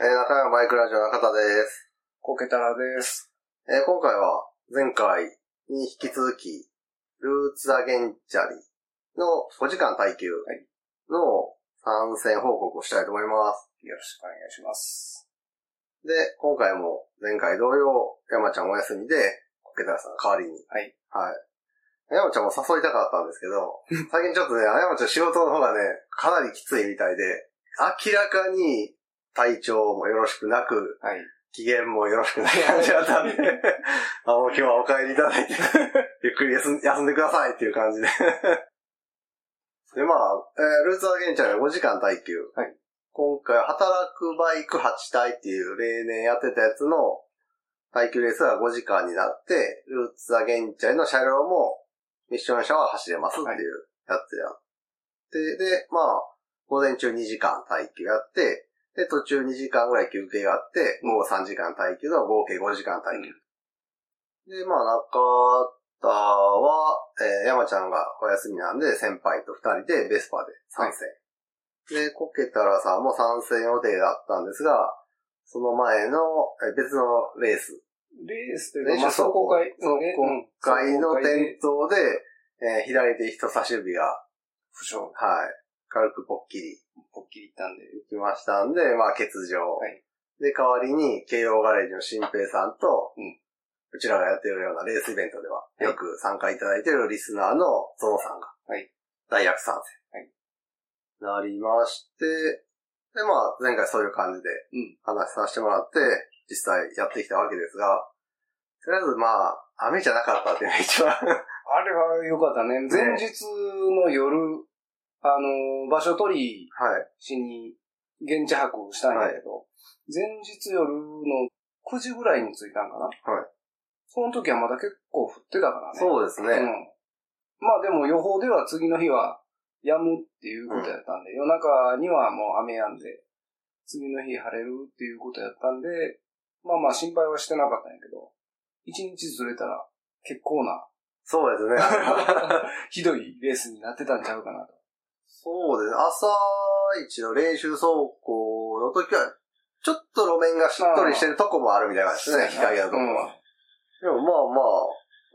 えー、中山バイクラジオ中田です。こけたらです。えー、今回は前回に引き続き、ルーツアゲンチャリの5時間耐久はいの参戦報告をしたいと思います。よろしくお願いします。で、今回も前回同様、山ちゃんお休みで、コケタラさん代わりに。はい。はい。山ちゃんも誘いたかったんですけ ど、最近ちょっとね、山ちゃん仕事の方がね、かなりきついみたいで、明らかに体調もよろしくなく、はい。機嫌もよろしくない感じだったんで、 あ、もう今日はお帰りいただいて、 ゆっくり休ん休んでくださいっていう感じで。 で、まあ、えールーツアゲンチャーが5時間耐久。はい今回、働くバイク8体っていう例年やってたやつの耐久レースが5時間になって、ルーツアゲンチャーの車両もミッション車は走れますっていうやつやって、で、まあ、午前中2時間耐久やって、で、途中2時間ぐらい休憩があって、午後3時間耐久の合計5時間耐久。で、まあ、中方は、えー山ちゃんがお休みなんで、先輩と二人でベスパーで参戦。で、コケタラさんも参戦予定だったんですが、その前のえー別のレース、レースという練か、ま習走あ、行走行会。走行会ので転倒で、えー左手人差し指が、負傷、はい、軽くポッキリポッキリいったんで。行きましたんで、まあ、欠場。はいで、代わりに、慶応ガレージの新平さんと、うんうちらがやってるようなレースイベントでは、いよく参加いただいてるリスナーのゾノさんが、はい大役参はい戦。なりまして、で、まあ、前回そういう感じでうん、話させてもらって、実際やってきたわけですが、とりあえずまあ、雨じゃなかったっていうのが一番、 あれは良かったね。前日の夜、あの、場所取りはい。しに現地泊をしたんだけど、前日夜の9時ぐらいに着いたんかな。はい。その時はまだ結構降ってたからね。そうですうね。ん。まあでも予報では次の日は止むっていうことやったんで、夜中にはもう雨止んで、次の日晴れるっていうことやったんで、まあまあ心配はしてなかったんやけど、一日ずれたら結構 なそうですね。ひどいレースになってたんちゃうかなと。そうですね。朝一の練習走行の時は、ちょっと路面がしっとりしてるとこもあるみたいな感じですね、日陰のとこは。でもまあ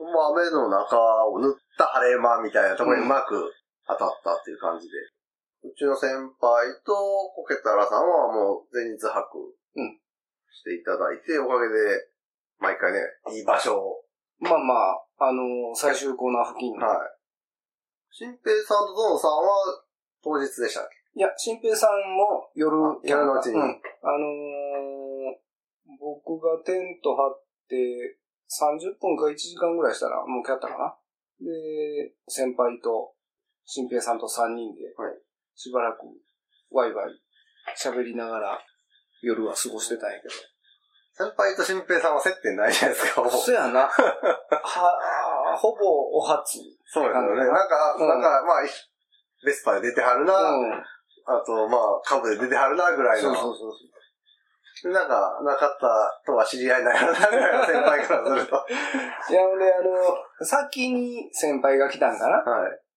まあ、まあ、雨の中を塗った晴れ間みたいなところにうまく当たったっていう感じで。うちの先輩とコケタラさんはもう前日泊うんしていただいて、おかげで毎回ね、いい場所をうん。まあまあ、あの最終コーナー付近の、はい。新平さんとゾノさんは当日でしたっけいや、新平さんも夜あ、夜のうちにんあのー僕がテント張って30分か1時間ぐらいしたらもうキャったかな。で、先輩と新平さんと3人ではい、しばらくワイワイ喋りながら夜は過ごしてたんやけ先輩と新平さんは接点ないじゃないです か、もど。う。そうそや な。は、ほぼお初。ですよね。なんか、うんなんか、まあ、ベスパで出てはるな、うん。あと、まあ、カブで出てはるな、ぐらいその。うそうそうそう。なんか、なかったとは知り合いないな、ぐらいの先輩から すると。はい。や、ほんで、あの、先に先輩が来たんかない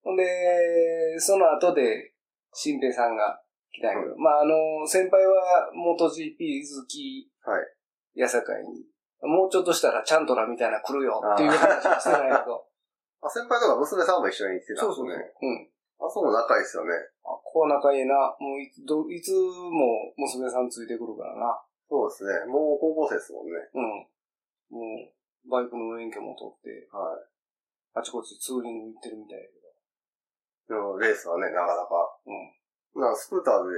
ほんで、その後で、新平さんが来たんやけど、まあ、あの、先輩は元 GP 好き、はい。やさかいに、もうちょっとしたらチャントラみたいな来るよっていう話はしてない けど。あ、先輩とか娘さんも一緒に来てたんですね。うん。あ、そうも仲いいっすよね。あ、こう仲いいな。もういつ、どいつも娘さんついてくるからな。そうですね。もう高校生ですもんね。うん。もう、バイクの免許も取って、はい。あちこちツーリング行ってるみたいやけでど。も、レースはね、なかなか。うん。なんか、スクーターで、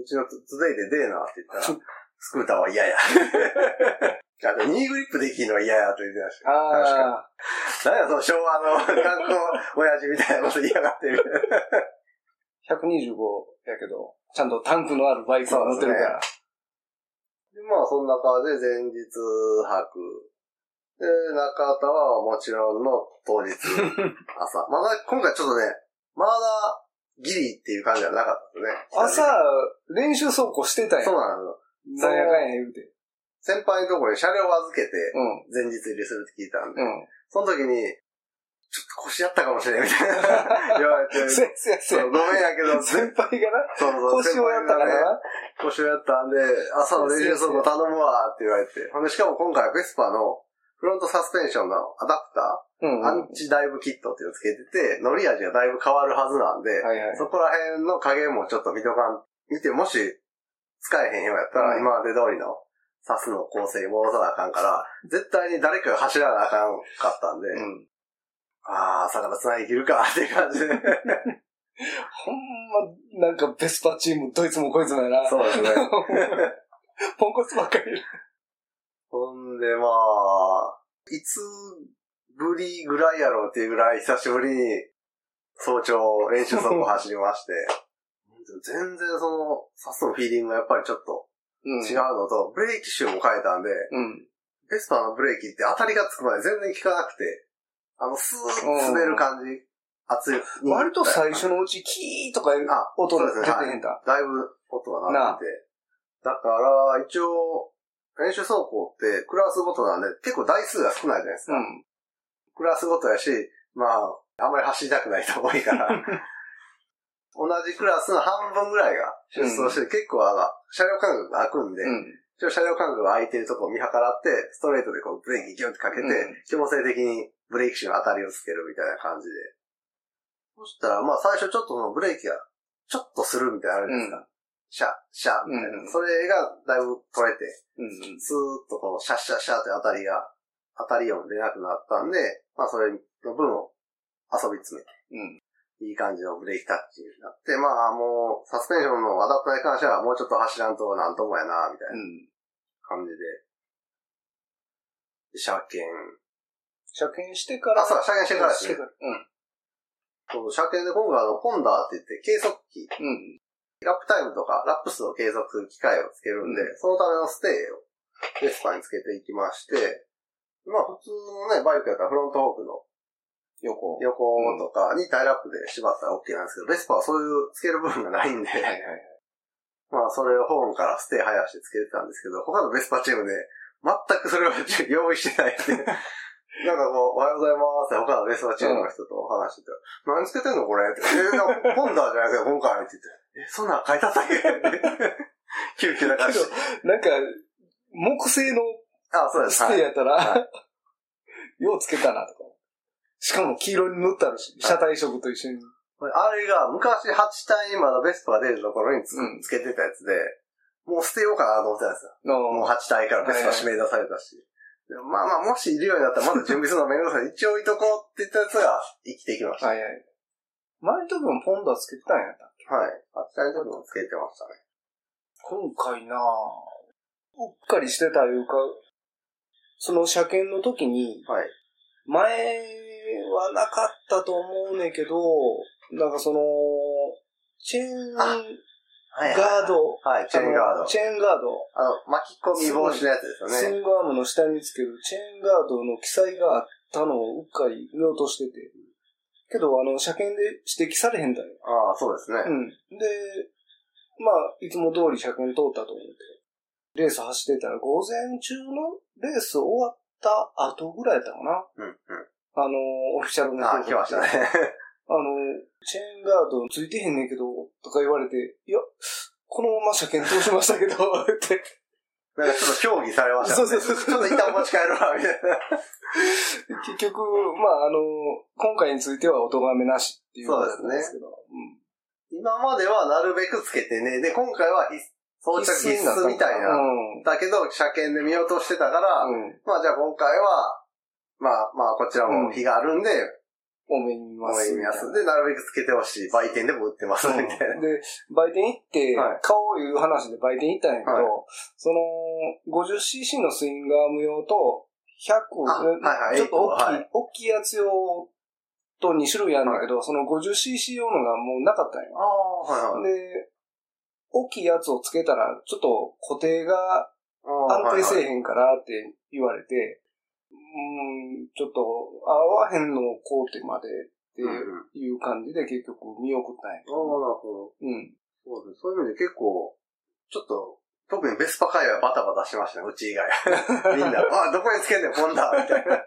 うちのつつでいて出えなって言ったら、スクーターは嫌や。 あと、ニーグリップできるのは嫌やって言ってました。確かにああ、何や、その昭和の学校、親父みたいなこと言いやがってみた いな。 125やけど、ちゃんとタンクのあるバイクを乗ってるから。でまあ、そんな感じで前日泊。で、中田はもちろんの当 日、朝。まだ、今回ちょっとね、まだギリっていう感じじゃなかったです朝ね。、練習走行してたんやそうなの。なんやかんや言うて。先輩のところに車両を預けて、うん。前日入りするって聞いたんで、うん。その時に、ちょっと腰やったかもしれんみたいな 言われて、せやせやせそやうごめんやけど、先輩がな、そうそう腰をやったからな。募集やったんで、朝のレジュースも頼むわって言われて。ほんで、しかも今回はクエスパのフロントサスペンションのアダプタうん、うん。ー、アンチダイブキットっていうのつけてて、乗り味がだいぶ変わるはずなんで、はいはい。そこら辺の加減もちょっと見とかん、見て、もし使えへんようやったら、うん今まで通りのサスの構成に戻さなあかんから、絶対に誰かが走らなあかんかったんで、うん。ああ、魚繋いでいけるかっていう感じ で。ほんま、なんかベスパチーム、どいつもこいつもやな。そうですね ポンコツばっかり。ほんで、まあ、いつぶりぐらいやろうっていうぐらい久しぶりに早朝練習走行走り まして、全然その、サスのフィーリングがやっぱりちょっとうん違うのと、ブレーキシューも変えたんで、うん。ベスパのブレーキって当たりがつくまで全然効かなくて、あの、スーッと滑る感じ、熱い。割と最初のうち、キーとかいうあ音そうがです出ねてはいへんだ。だいぶ音が鳴ってて。だから、一応、練習走行ってクラスごとなんで結構台数が少ないじゃないですうか。ん。クラスごとやし、まあ、あんまり走りたくない人多い から。同じクラスの半分ぐらいが出走して、結構あの、車両間隔が空くんで、うん。一応車両間隔が空いてるとこを見計らって、ストレートでこうブレーキギュンってかけて、うん強制的にブレーキ手の当たりをつけるみたいな感じで。そしたら、まあ最初ちょっとそのブレーキが、ちょっとするみたいなのあるじゃないですか。シャッ、シャッみたいな。うんそれがだいぶ取れて、うん。スーッとこう、シャッシャッシャッって当たりが、当たり音出なくなったんで、まあそれの分を遊び詰めて、うん。いい感じのブレーキタッチになって、まあもう、サスペンションのアダプターに関してはもうちょっと走らんとなんともやな、みたいな。うん。感じで。車検。車検してから。あそう車検してからですねそうん。う車検で今回あの、ポンダーって言って計測器、うん。ラップタイムとかラップ数を計測する機械をつけるんで、うそのためのステーをベスパにつけていきまして、まあ普通のね、バイクやったらフロントフォークの横。は横とかにタイラップで縛ったら OK なんですけど、ベスパはそういうつける部分がないんで、いはい。まあそれをホームからステー生やしてつけてたんですけど、他のベスパチームで全くそれを用意してないん で、なんかこう、おはようございますって他のベスパチームの人とお話してて、何つけてんのこれって。えー、ポンダーじゃないですか、今回って言って。え、そんなん書いてあったっけって 急遽な感じで。なんか、木製のあ、そうです。スはテーい。やったはら、ようつけたなとか。しかも黄色に塗ったるし、はい車体色と一緒に。これあれが昔8体にまだベスパが出るところにつ,、うんつけてたやつで、もう捨てようかなと思ってたんですよ。もうの、 8体からベストは指名出されたし。でもまあまあ、もしいるようになったらまだ準備するのめんどくさい。一応置いとこうって言ったやつが生きてきました。はい。はいはい。前の時もポンダつけてたんやった。 8体の時もつけてましたね。今回なぁ、うっかりしてたいうか、その車検の時に、はい。前はなかったと思うねんけど、なんかその、チェーンあはい、ガード、はい、チェーンガードあの。チェーンガード、あの、巻き込み防止のやつですスよね。ングアームの下につけるチェーンガードの記載があったのをうっかり見落としてて。けど、あの、車検で指摘されへんだよ。ああ、そうですね。うん。で、まあ、いつも通り車検通ったと思って。レース走ってたら、午前中のレース終わった後ぐらいだったかうん、な。うん。あの、オフィシャルの人ああ、来ましたね。あの、チェーンガードついてへんねんけど、とか言われて、いや、このまま車検通しましたけど、って。なんかちょっと協議されました、ね。そうそうそうちょっと一旦持ち帰るわ、みたいな。結局、まあ、あの、今回についてはお咎めなしっていうことなんですけど。今まではなるべくつけてね。で、今回は必う装ん着必須みたいな。うん。だけど、車検で見落としてたから、うん。まあじゃあ今回は、まあまあこちらも日があるんで、お目に見ままあ意すみ味たいはな。すで、なるべくつけてほしい。売店でも売ってます、みたいうんで、売店行ってはい、買おういう話で売店行ったんやけど、はいその、50cc のスインガーム用と、100、あはいはいちょっと大きい、はい大きいやつ用と2種類あるんだけど、その 50cc 用のがもうなかったんよ。な。ああ、はいはい。で、大きいやつをつけたら、ちょっと固定が安安定せえへんからって言われて、うーん、ちょっと合わへんのを買うてまでってうんうん。ああ、いう感じで結局見送ったんやけなるど。ほど。うん。そうですね。そういう意味で結構、ちょっと、特にベスパ界はバタバタしてましたね、うち以外。みんな、あ、どこにつけんねん、ポンダみたいな。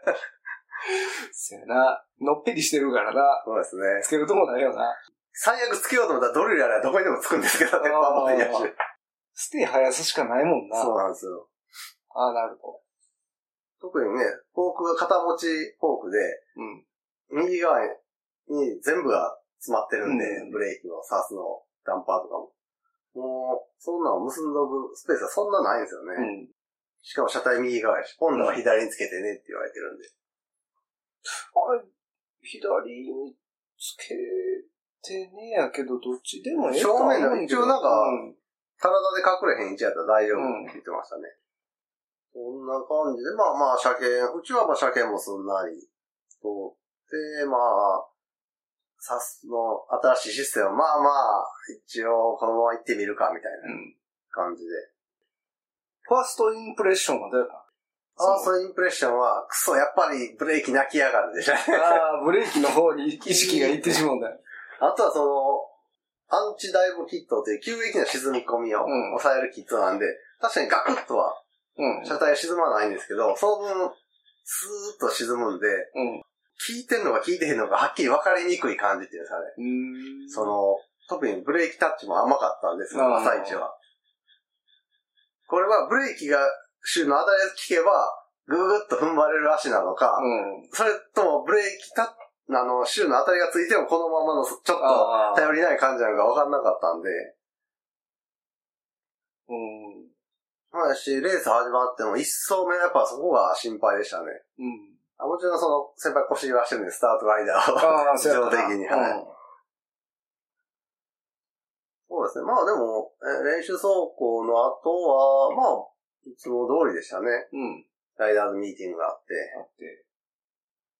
そやな。のっぺりしてるからな。そうですね。つけるとこないよな。最悪つけようと思ったらドリルやらどこにでもつくんですけどね、あーパンパンやし。ステイ生やすしかないもんな。そうなんですよ。ああ、なると。特にね、フォークが片持ちフォークで、うん。右側に全部が詰まってるんで、うんブレーキも、サースのダンパーとかも。もう、そんなの結んどくスペースはそんなないんですよね。うん。しかも車体右側やし、今度は左につけてねって言われてるんで。あれ、左につけてねえやけど、どっちでもええとは思うけど正面だ一応なんかうん体で隠れへん位置やったら大丈夫って言ってましたね。そんな感じで、まあまあ車検、うちはまあ車検もすんなり通って、まあ、さすの新しいシステム、まあまあ、一応このまま行ってみるかみたいなうん。感じで。ファーストインプレッションはどうやったファーストインプレッションは、クソ、やっぱりブレーキ泣きやがる でしょ。ああ、ブレーキの方に意識がいってしまうんだよ。あとはその、アンチダイブキットという急激な沈み込みをうん抑えるキットなんで、確かにガクッとはうん。車体は沈まないんですけど、その分、スーッと沈むんで、うん。効いてんのか効いてへんのかはっきり分かりにくい感じっていうんですかね。うーん。その、特にブレーキタッチも甘かったんですよ、あー朝一は。これはブレーキが週の当たり効けば、ぐぐっと踏ん張れる足なのか、うん。それともブレーキタあの、週の当たりがついてもこのままの、ちょっとああ。頼りない感じなのか分かんなかったんで、うん。まあし、レース始まっても一層目やっぱそこが心配でしたね。うん。あもちろんその、先輩腰はしてるんで、スタートライダー を。ああ、そうやったな。自動的にはいそうですね。まあでも、え練習走行の後は、まあ、いつも通りでしたね。うん。うん。ライダーズミーティングがあって。あって。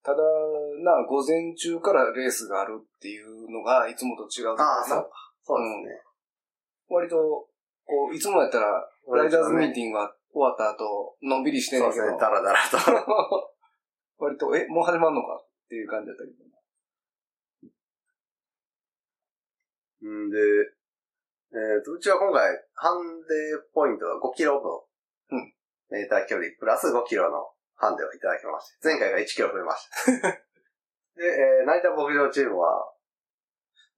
ただ、な、午前中からレースがあるっていうのが、いつもと違うとこああ、かそなうか。そうですね。割と、こう、いつもやったら、ライダーズミーティングが終わった後、のんびりしてんそうねんでけすど、ね。ダラダラと。 割と、え、もう始まんのかっていう感じだったけどな。んで、えっ、と、うちは今回、ハンデポイントが5キロ分。うんメーター距離、プラス5キロのハンデをいただきまして、前回が1キロ増えました。 で、えー、成田牧場チームは、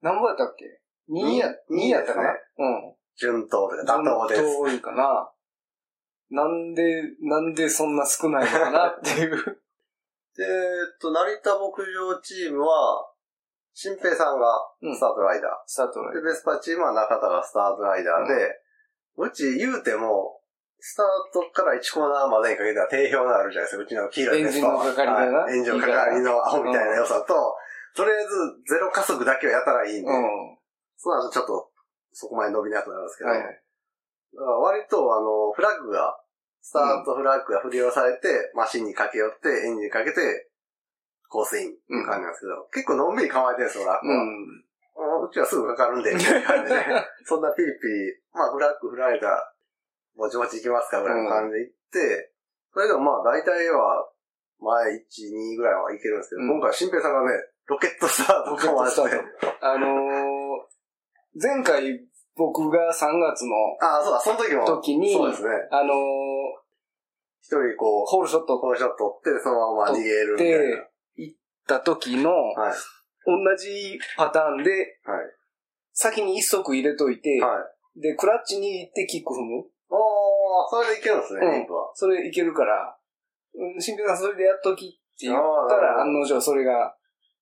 何ぼやったっけ ?2 や、二二やったかな、でうん。順当というか、妥当です。遠いかな。なんで、なんでそんな少ないのかなっていう。で、えっと、成田牧場チームは、新平さんがうんスタートライダー。スタートラインで、ベスパチームは中田がスタートライダーで、うち言うても、スタートから1コーナーまでにかけたら定評のあるじゃないですか。うちの黄色いベスパはエンジンの係だよなはいエンジンの係の青みたいな良さと、とりあえずゼロ加速だけはやたらいいんで、うん。そうなるとちょっとそこまで伸びなくなるんですけど、はいはだい。から割とあの、フラッグが、スタートフラッグが振り下ろされて、マシンに駆け寄って、エンジンにかけて、コースインっていう感じなんですけど、結構のんびり構えてるんですよ、ラック うは。ん。うちはすぐかかるんで、みたいな感じで。そんなピリピリ、まあフラッグ振られたら、ぼちぼち行きますか、ぐらいの感じで行って、それでもまあ大体は、前1、2ぐらいはいけるんですけど、うん今回新平さんがね、ロケットスタートかまして。あのー、前回僕が3月のああ、そうだ、その時も。時に、そうですね。あのー、一人こう、ホールショットこのショット取って、そのまま逃げるみたいで行った時の、な。はい。同じパターンで、はい。先に一足入れといて、はい。で、クラッチに行ってキック踏む。おー、それでいけるんですね、うんリンプは。それいけるから、うん、新平さんそれでやっときって言ったら、あーなる案の定それが、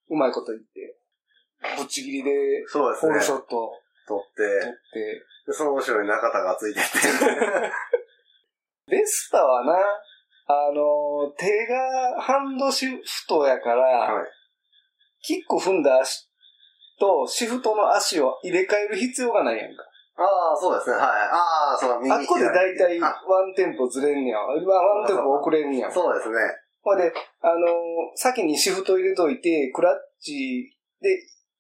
うまいこと言って、ぶっちぎりで、そうですホールショね。ット取取っって、て、その後ろに中田がついて って。ベスタはな、あの、手がハンドシフトやから、はい。キック踏んだ足とシフトの足を入れ替える必要がないやんか。ああ、そうですね。はい。ああ、その右あっこで大体ワあンテンポずれんねやわ。ワンテンポ遅れんねやわ。そうですね。ほんで、あの、先にシフト入れといて、クラッチで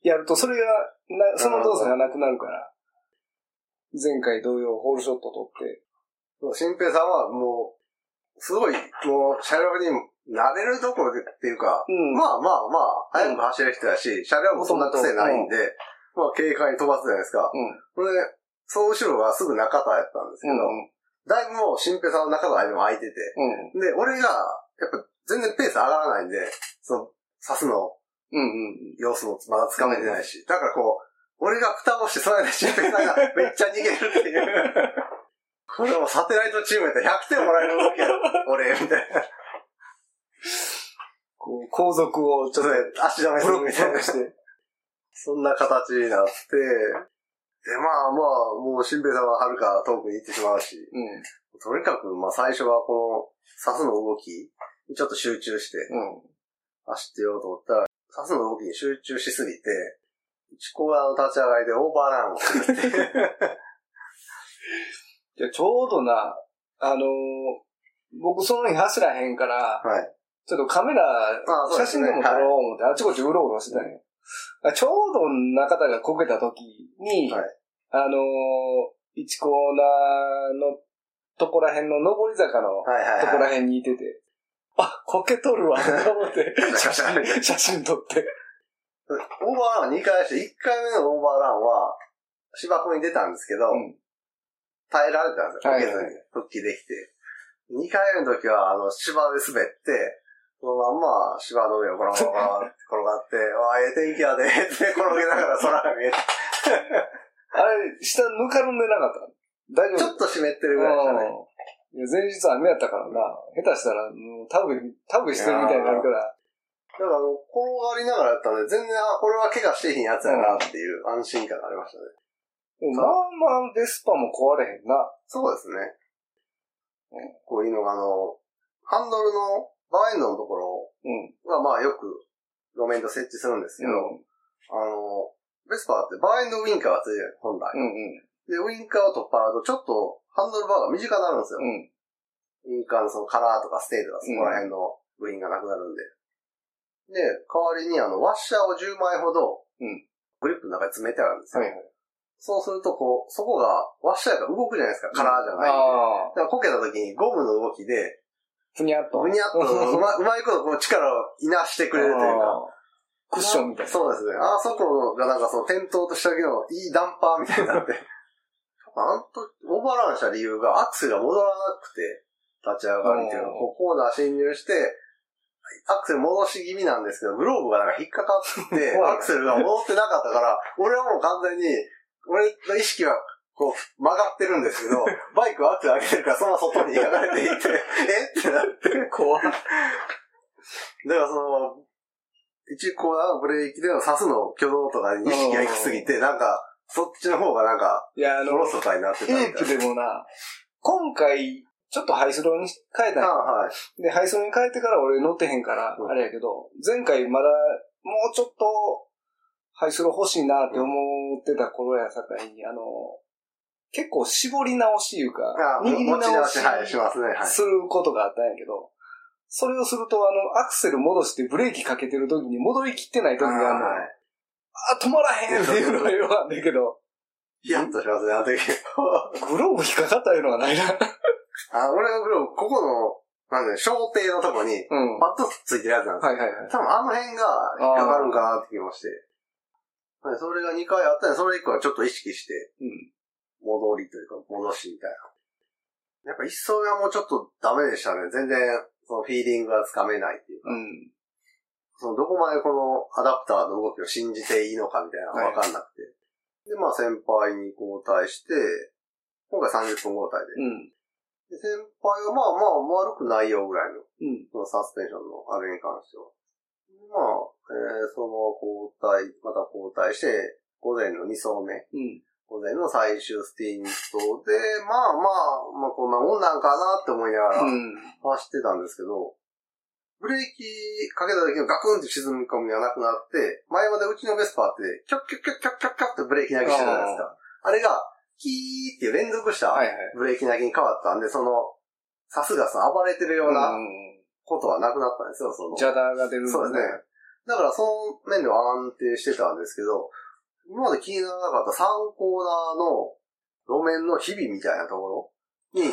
やると、それがな、その動作がなくなるから。前回同様、ホールショット取って。そう新平さんはもう、すごい、もう、車両に慣れるどころでっていうか、うん。まあまあまあ、早く走れる人だし、車両もそんな癖ないんで、まあ、軽快に飛ばすじゃないですか。うん。それで、その後ろがすぐ中田やったんですけど、だいぶもう新平さんの中田の間も空いてて、うん。で、俺が、やっぱ全然ペース上がらないんで、その、刺すのうん。うん。うん。様子もまだ掴めてないし、だからこう、俺が蓋をして、その間新平さんがめっちゃ逃げるっていう。これもサテライトチームやったら100点もらえるわけや。俺、みたいな。こう、後続をちちょょっっと、と足止めすブロるックみブたロいッなク。して。そんな形になって、で、まあまあ、もう、新兵さんははるか遠くに行ってしまうし、うん。とにかく、まあ最初はこの、刺すの動きにちょっと集中して、うん。走ってようと思ったら、刺すの動きに集中しすぎて、一コーナーの立ち上がりでオーバーランをするっていう。いや、ちょうどな、あのー僕その日走らへんから、はい。ちょっとカメラあ、そうで写す真ねでも撮ろう思って、あちこちうろうろしてたんよ。あちょうど中田がこけた時に、はいあのー、1コーナーのとこら辺の上り坂のはいはいとこはらい。辺にいてて、あ、こけとるわ、と思 って、写カシャカシャ真、写真撮って。オーバーランは2回して、1回目のオーバーランは、芝生に出たんですけど、うん耐えられたんですよ。ははいいはいはい復帰できて。2回目の時は、あの、芝で滑って、そのまんま芝の上をゴロゴロゴロって転がって、わあ、ええ天気やで、って転げながら空が見えて、あれ、下ぬかるんでなかった大丈夫ちょっと湿ってるぐらいでしたね。うんいや前日雨やったからな、下手したら、もう、タブ、タブしてるみたいになるから、だからあの、転がりながらやったんで、全然、あ、これは怪我してへんやつやなっていう安心感がありましたね。でもまあまあ、デスパも壊れへんな。そうですねうん。こういうのが、あの、ハンドルのバーエンドのところうん。は、まあよく路面と設置するんですけど、うん。あの、ベスパーってバーエンドウィンカーがついてる、本来。うん。で、ウィンカーを取っ払うと、ちょっとハンドルバーが短くなるんですよ。うん。ウィンカーのそのカラーとかステージとかそこら辺の部品がなくなるんで。で、代わりにあの、ワッシャーを10枚ほどうん、グリップの中に詰めてあるんですよ。はいはいそうすると、こう、そこが、ワッシャーが動くじゃないですか、カラーじゃない。だああ。からこけた時にゴムの動きで、ふにゃっと。うにゃっと、うまうまいことこう力をいなしてくれるというか。あークッションみたいな。そうですね。あそこがなんかそう、転倒とした時のいいダンパーみたいに なって。あんと、オーバーランした理由がアクセルが戻らなくて、立ち上がりっていうのは、うんこうコーナー侵入して、アクセル戻し気味なんですけど、グローブがなんか引っかかって、 怖いアクセルが戻ってなかったから、俺はもう完全に、俺の意識は、こう、曲がってるんです けど、バイクはアクセル上げてるから、そのまま外に行かれていて、えってなって怖い。だからその、一コーナーのブレーキでの刺すの挙動とかに意識が行きすぎて、なんか、そっちの方がなんか、いや、あおの、ろそかになってたみたいエイプでもな、今回、ちょっとハイスローに変えたんな。あやはい。で、配送に変えてから俺乗ってへんからう、んあれやけど、前回まだ、もうちょっと、配送欲しいなって思ってた頃やさかいに、あの、結構絞り直しいうかあ、握り持直ち直し、はい、ししますね。はい。することがあったんやけど、それをすると、あの、アクセル戻してブレーキかけてる時に戻りきってない時があるの。はあ、止まらへんっていうのがよかったんだけど、い。ヒヤッとしますね、あの時。グローブ引っかかったいうのがないな。あ、俺のグローブ、ここの、なんで、小艇のとこに、うん。はパッとついてるやつなんいですよ。はいはい。多分あの辺が引っかかるんかなって気もして。はいそれが2回あったんで、それ以降はちょっと意識して、うん。戻りというか、戻しみたいな。やっぱ一層がもうちょっとダメでしたね。全然、そのフィーリングがつかめないっていうか、うん。そのどこまでこのアダプターの動きを信じていいのかみたいなのがわかんなくて。で、まあ先輩に交代して、今回30分交代で。うん。で先輩はまあまあ悪くないよぐらいの、うん。そのサスペンションのあれに関しては。まあ、えー、その交代、また交代して、午前の2層目。うん。午前の最終スティントで、まあまあ、まあこんなもんなんかなって思いながらう走ん。ってたんですけど、ブレーキかけた時のガクンって沈み込みがなくなって、前までうちのベスパーって、キョッキョッキョッキョッキョッキョッってブレーキ投げしてたじゃないですか。あれが、キーっていう連続したはいはい。ブレーキ投げに変わったんで、その、さすがその暴れてるようなことはなくなったんですよ、その。ジャダーが出るんそうですね。だからその面では安定してたんですけど、今まで気にならなかった3コーナーの路面の日々みたいなところに、そ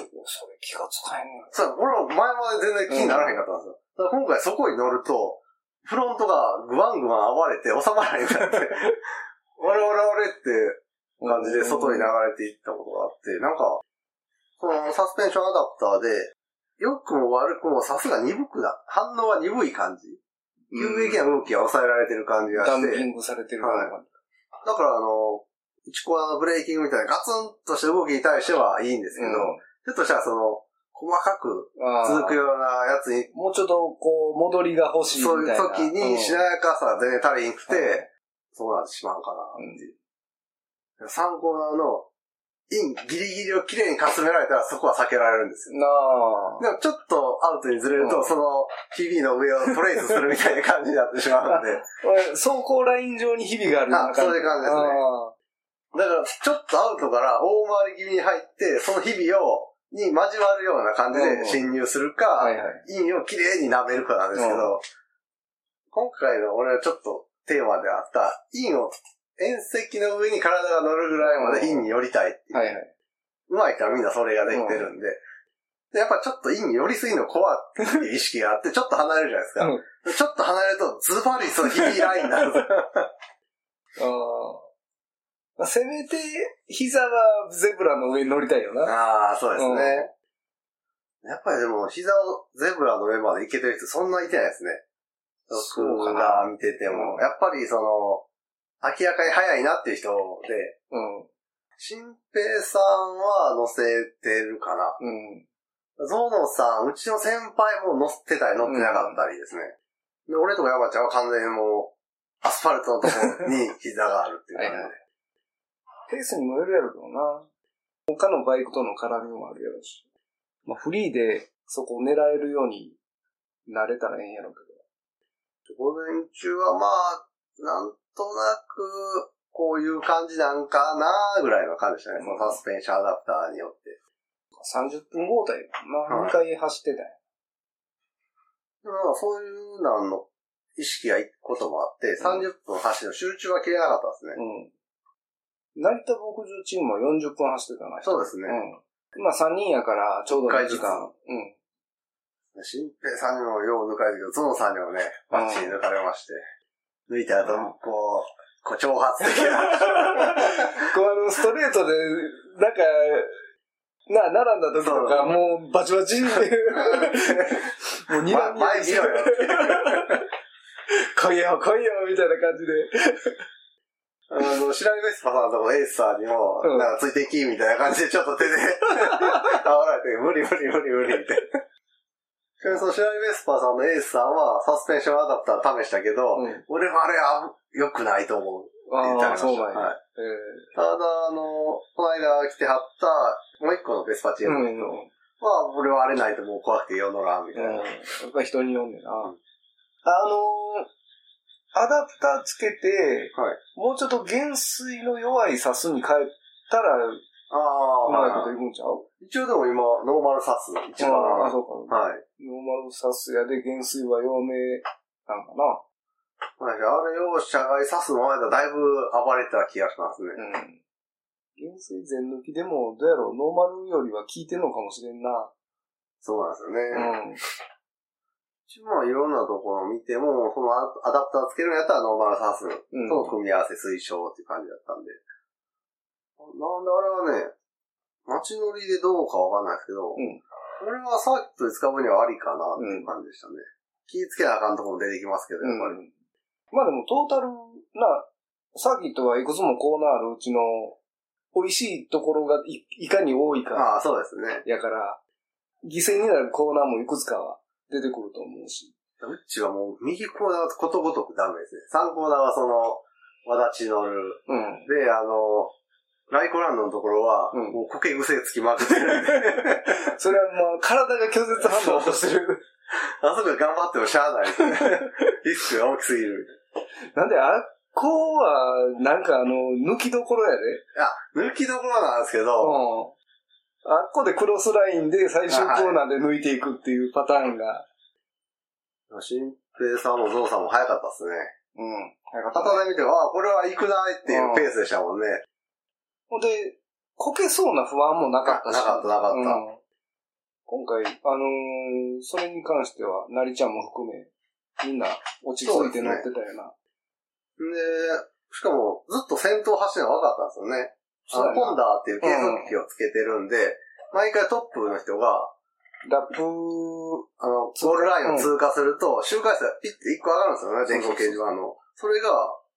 れ気がつかへんねさ、俺は前まで全然気にならへんかったんですよ。だから今回そこに乗ると、フロントがグワングワン暴れて収まらへんかって、俺俺俺って感じで外に流れていったことがあって、なんか、そのサスペンションアダプターで、良くも悪くもさすが鈍くな、反応が鈍い感じ。急激な動きが抑えられてる感じがダしンピて、ングされてる。はだからあの、1コーナーのブレーキングみたいなガツンとした動きに対してはいいんですけど、ちょっとしたらその、細かく続くよ。ようなやつに、もうちょっと、こう、戻りが欲しいみそういたういな。時にしなやかさが全然足りんくて、うんそうなってしまうかなっていう。参考なあの、インギリギリを綺麗にかすめられたらそこは避けられるんですよ。なあ。でもちょっとアウトにずれるうと、んその、日々の上をトレースするみたいな感じになってしまうので。俺走行ライン上に日々があるあそういう感じですねね。だから、ちょっとアウトから大回り気味に入って、その日々を、に交わるような感じうんで侵入するか、あーはいはい。陰をきれいに舐めるかなんですけど、う今回の俺はちょっとテーマであった、陰を、縁石の上に体が乗るぐらいまで陰に寄りたいっていう。はいはい。うまい人はみんなそれができてるんで、でやっぱちょっと陰に寄りすぎの怖っていう意識があって、ちょっと離れるじゃないですか。うんでちょっと離れると、ズバリその日々ラインになるんですよ。あーまあ。せめて、膝はゼブラの上に乗りたいよな。ああ、そうですね。やっぱりでも、膝をゼブラの上まで行けてる人そんないてないですね。そう僕かなが見てても。うんやっぱりその、明らかに早いなっていう人で、うん。新平さんは乗せてるかな。うん。ゾノさん、うちの先輩も乗ってたり乗ってなかったりですね。で、俺とか山ちゃんは完全にもう、アスファルトのところに膝があるっていう感じで。ペースにもよるやろうけどな。他のバイクとの絡みもあるやろうし。まあ、フリーでそこを狙えるようになれたらええんやろうけ午前中はまあ、なんとなく、こういう感じなんかなぐらいの感じでしたね。そのサスペンションアダプターによって。ど。30分交代やもんはいな。2回走ってたんや。でもまあそういうなんの意識がいくこともあって、うん30分走るの集中は切れなかったですね。うん。成田牧場チームは40分走ってたな。そうですねうん。まあ3人やから、ちょうど2時一回間。うん。新平さんにもよう抜かれてけど、ゾノさんにもね、バッチリ抜かれまして。抜いた後うん、こう、こう挑発的な。こうあの、ストレートで、なんか、な、並んだ時とそか、うもうバチバ チっていう。もう睨み合まい前見ろよっていう。 来いよ、来いよ、みたいな感じで。あの、白井ベスパさんとこのエースさんにも、うんなんかついていき、みたいな感じで、ちょっと手で、 触られて、無理無理無理無理、みたいな。ちなみにその白井ベスパさんのエースさんは、サスペンションアダプター試したけど、うん。俺はあれは良くないと思うって言ってありああ、ました。そうなんや。はい、えただ、あの、この間来てはった、もう一個のベスパチえーうムんの人は、俺はあれないともう怖くて世のらん、みたいうん。やな。っぱ人に読んでな。あうのー、アダプターつけて、はいもうちょっと減水の弱いサスに変えたら、うああ、まいこはといくんちゃうい一応でも今、ノーマルサス、一番。ああ、はそうか。い。ノーマルサスやで減水は弱めなんかまあ、あれを社外刺す前だだいぶ暴れてた気がしますね。な。うん。減水全抜きでも、どうやろう、ノーマルよりは効いてんのかもしれんな。そうなんですよね。うん。一番いろんなところを見ても、そのアアダプターつけるんやったらノーマル刺すうん。との組み合わせ推奨っていう感じだったんで。なんであれはね、街乗りでどうかわかんないですけど、んこれはサーキットで使うにはありかなっていう感じでしたね。気ぃつけなあかんとこも出てきますけど、やっぱり。うんまあでもトータルな、サーキットはいくつもコーナーあるうちの、美味しいところがいいかに多いか、ああ、そうですね。やから、犠牲になるコーナーもいくつかは出てくると思うし。うちはもう右コーナーはことごとくダメですね。3コーナーはその、わだち乗る、 うん。で、あの、ライコランドのところは、うんもう苔癖つきま くってるんで、それはまあ体が拒絶反応としてる。あそこで頑張ってもしゃあないですね。リスクが大きすぎる。なんであっこは、なんかあの、抜きどころやで。あ、抜きどころなんですけど、うん。あっこでクロスラインで最終コーナーで抜いていくっていうパターンが。新平さんもゾウさんも早かったですね。うん。早かった片でね見て、あ、これは行くないっていうペースでしたもんね。ほんで、こけそうな不安もなかったし。なかったなかったうん今回、あのーそれに関しては、なりちゃんも含め、みんな落ち着いて乗ってたよな。で、しかも、ずっと先頭走るの分かったんですよね。あの、そうやなポンダーっていう計測器をつけてるんで、毎回トップの人が、ラップ、うあの、ゴールラインを通過すると、周回数がピッて1個上がるんですよね、電光掲示板の。それが、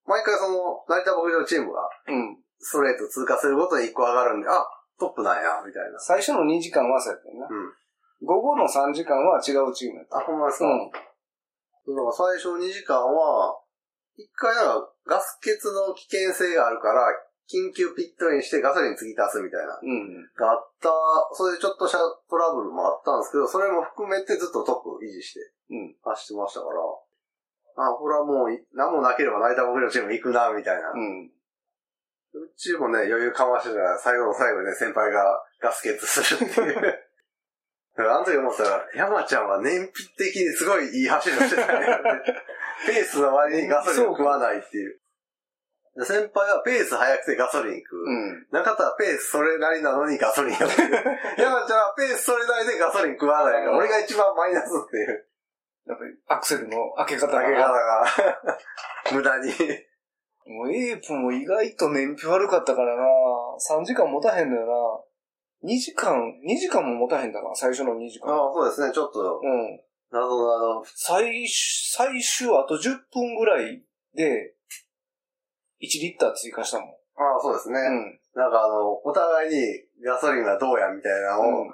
毎回その、成田牧場チームが、ん。ストレート通過するごとに1個上がるんで、あ、トップなんや、みたいな。最初の2時間はそうやってんな。うん。午後の3時間は違うチームやった。あ、ほんまですか。うん。だから最初2時間は、一回だからガス欠の危険性があるから、緊急ピットインしてガソリン継ぎ足すみたいな。うん。があった、それでちょっとしたトラブルもあったんですけど、それも含めてずっとトップ維持してうん。走ってましたから、あ、これはもうい、何もなければ成田僕のチーム行くな、みたいな。うん。うちもね、余裕かましてたら、最後の最後でね、先輩がガス欠するっていう。 あの時思ったら、山ちゃんは燃費的にすごいいい走りをしてた ね。ペースの割にガソリンを食わないっていう。で先輩はペース速くてガソリン食う。うん。中田はペースそれなりなのにガソリンを食う。 山ちゃんはペースそれなりでガソリン食わないから、俺が一番マイナスっていう。やっぱりアクセルの開け方投げ方が。が、無駄に。もうエープも意外と燃費悪かったからな3時間持たへんだよな2時間、2時間も持たへんだから、最初の2時あ間。そうですね、ちょっとう、ん。謎のあの、最、最終あと10分ぐらいで、1リッター追加したもん。ああ、そうですね。うん。なんかあの、お互いにガソリンがどうやみたいなのを、うん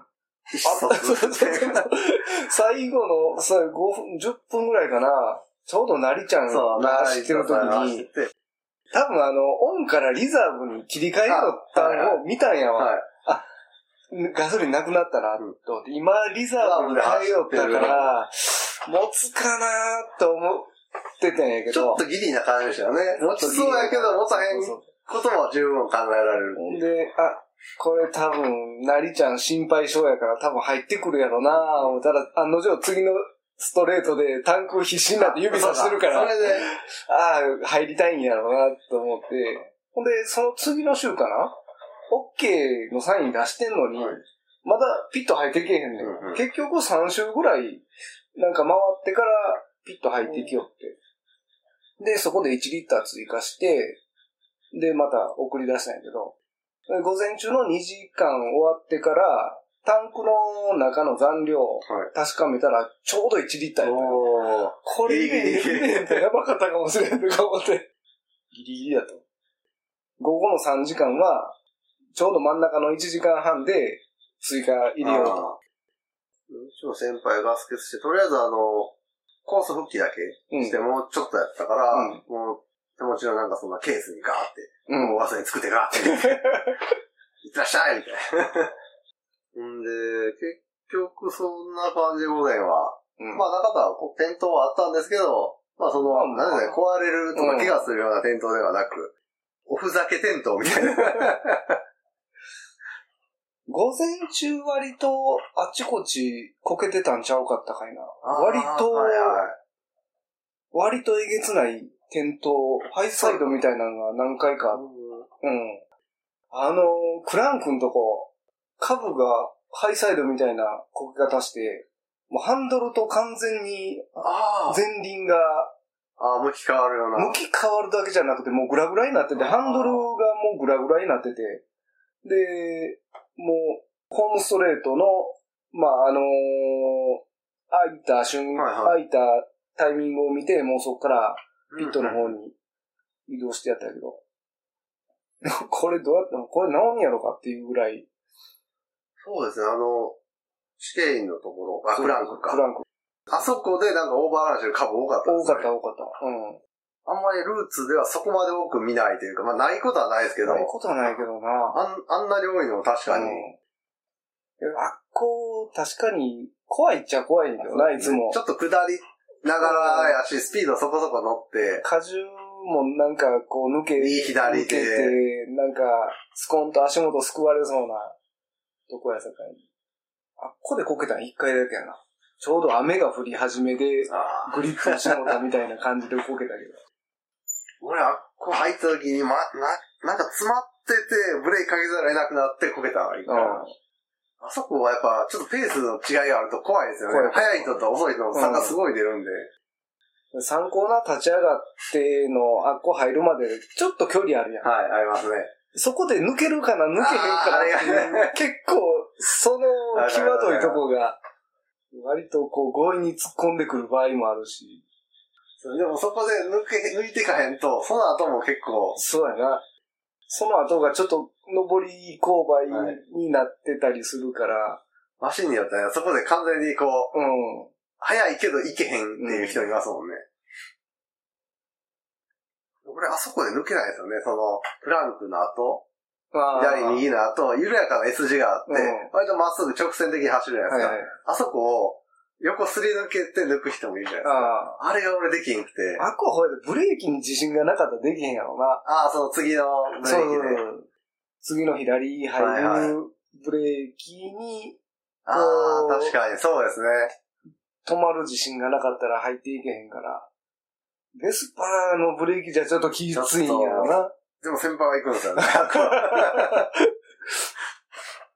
意あそう思疎そう通そうして 最後の、さ、5分、10分ぐらいかな、ちょうどなりちゃ んそう、が走ってる時走っに、てて。多分あの、オンからリザーブに切り替えのあ単を見たんやわ。はい。ガソリンなくなったな、うんと思って。今、リザーブに変えよったから、持つかなと思ってたんやけど。ちょっとギリな感じでしたよね。持ちそうやけど、持たへんそうそうことも十分考えられる。ほんで、あ、これ多分、なりちゃん心配性やから多分入ってくるやろなぁ思ったら、案の定次のストレートでタンク必死になって指さしてるから、そあれで、あー、入りたいんやろうなと思って、ほんで、その次の週かなオッケーのサイン出してんのに、はいまだピット入ってけへんねん。うんうん結局3週ぐらい、なんか回ってからピット入ってきよって。で、そこで1リッター追加して、で、また送り出したんやけど、で午前中の2時間終わってから、タンクの中の残量を確かめたら、ちょうど1リッターやったよ。おーこれ、ギリギリね、やばかったかもしれんとか思って。ギリギリだと。午後の3時間は、ちょうど真ん中の1時間半で追加入れようと。あーうちの先輩がスケスして、とりあえずあの、コース復帰だけうんして、もうちょっとやったから、うんもう手持ちのなんかそんなケースにガーって、うんもう忘れ作ってガーって入れ て、いってらっしゃいみたいな。 んで、結局そんな感じで午前は、うんまあ中田はこう転倒はあったんですけど、まあその、まあなんでね、壊れるとうかん怪我するような転倒ではなく、おふざけ転倒みたいな。午前中割とあっちこっちこけてたんちゃうかったかいな。 割と、はいはい割とえげつない転倒、ハイサイドみたいなのが何回かあっうん。あのー、クランクのとこ、株がハイサイドみたいなこけ方して、もうハンドルと完全にああ。前輪がああ、向き変わるような。向き変わるだけじゃなくてもうグラグラになってて、あーハンドルがもうグラグラになってて、で、もうホームストレートの、まあ、あのー開いた瞬、はいは開いたタイミングを見て、もうそこからピットのうん方に移動してやったけど、 これどうやっても、これ治んやろかっていうぐらい。そうですね、あの、試験員のところ、あ、クランククか。ランク。あそこでなんかオーバーランしてる株多かったで多すねかった、多かった。うん。あんまりルーツではそこまで多く見ないというか、まあないことはないですけど、ないことはないけどな。あんあんなに多いのも確かに。うんいやあっこ、確かに、怖いっちゃ怖いんだよな、いつもちょ。っと下りながらやし、スピードそこそこ乗って、荷重もなんかこう抜け、右左抜けでて、なんか、スコンと足元すくわれそうな、とこやさかいに。あっこでこけたん一回だけやな。ちょうど雨が降り始めで、ああグリップしなのたみたいな感じでこけたけど。俺あっこ入った時に、ま、な、なんか詰まってて、ブレーキかけざるを得なくなってこけたわ、 一回うんあそこはやっぱ、ちょっとペースの違いがあると怖いですよね怖い。速い人と遅い人の差がすごい出るんで。参考な立ち上がってのあっこ入るまでちょっと距離あるやん。はい、ありますね。そこで抜けるかな、抜けへんかなってあーあれがいうね、結構、その際どいとこが、割とこう強引に突っ込んでくる場合もあるし、でもそこで抜け、抜いてかへんと、その後も結構、そうやな。その後がちょっと上り勾はい配になってたりするから、マシンによってはね、そこで完全にこう、うん。早いけど行けへんっていう人いますもんね。俺、あそこで抜けないですよね。その、フランクの後、あー左右の後、緩やかな S 字があって、うん割とまっすぐ直線的に走るじゃないはでいすか。はい。あそこを横すり抜けて抜く人もいるじゃないですか。ああれが俺できんくて。あ。あっこはほいでブレーキに自信がなかったらできへんやろな。ああ、その次のブレーキで。そう次の左はい入るブレーキにああ、確かに、そうですね。止まる自信がなかったら入っていけへんから。ベスパーのブレーキじゃちょっときついんやろな。でも先輩は行くんです よね。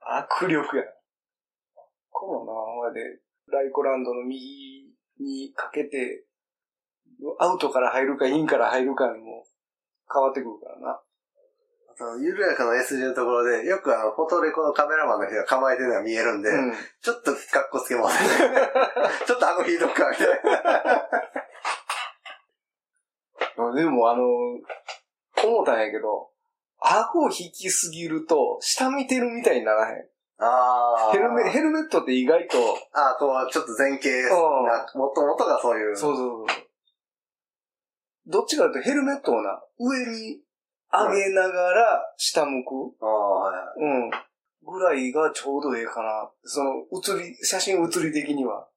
握力や。このな、ほやで、ライコランドの右にかけて、アウトから入るかインから入るかにも変わってくるからな。その緩やかな S 字のところで、よくあの、フォトレコのカメラマンの人が構えてるのが見えるんで、うん。ちょっと格好つけます、ね。 ちょっと顎引いとくか、みたいあでもあの、思ったんやけど、顎を引きすぎると、下見てるみたいにならへん。な。ああ。ヘルメヘルメットって意外と、ああ、こう、ちょっと前傾な、もともとがそういう。そうそうそう。どっちかというとヘルメットをな、上に上げながら下向く。ああ、はいはい。うん。ぐらいがちょうどええかな。その、写り、写真写り的には。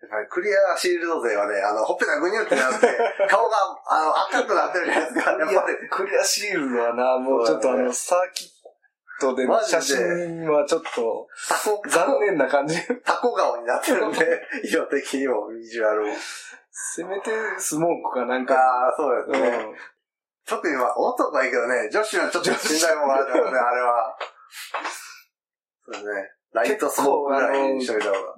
やっぱりクリアシールド勢はね、あの、ほっぺたぐにゅってなって、 顔が、あの、赤くなってるじゃないですか。やっいやぱり。、クリアシールドはな、もうちそうだねょっとあの、サーキットでマジで写真はちょっとタコ、残念な感じ。タコ顔になってるんで、色的にもビジュアルも。せめてスモークかなんか。ああ、そううでんすね。。特にまあ、男はいいけどね、女子はちょっと信頼もある からね、あれは。そうですね。ライトスモークぐらいにしといた方が。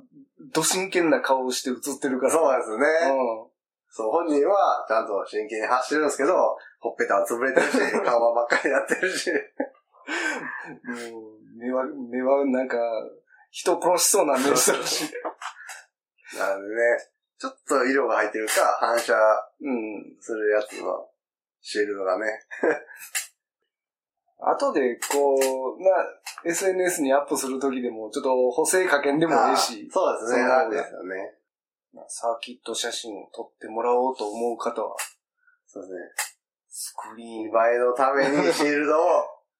ど真剣な顔をして写ってるから。そうですね。うん。そう、本人はちゃんと真剣に走ってるんですけど、ほっぺたは潰れてる し、顔はばっかりやってるし。もう、目は、目はなんか、人殺しそうな目してるし。なんでね、ちょっと色が入ってるか、反射うん。するやつのシールドがね。後で、こう、な、SNS にアップするときでも、ちょっと補正加減でもいいしあ、そうですね。その方があれですよね。まあサーキット写真を撮ってもらおうと思う方は、そうですスクリね。見ーンを栄えのためにシールドを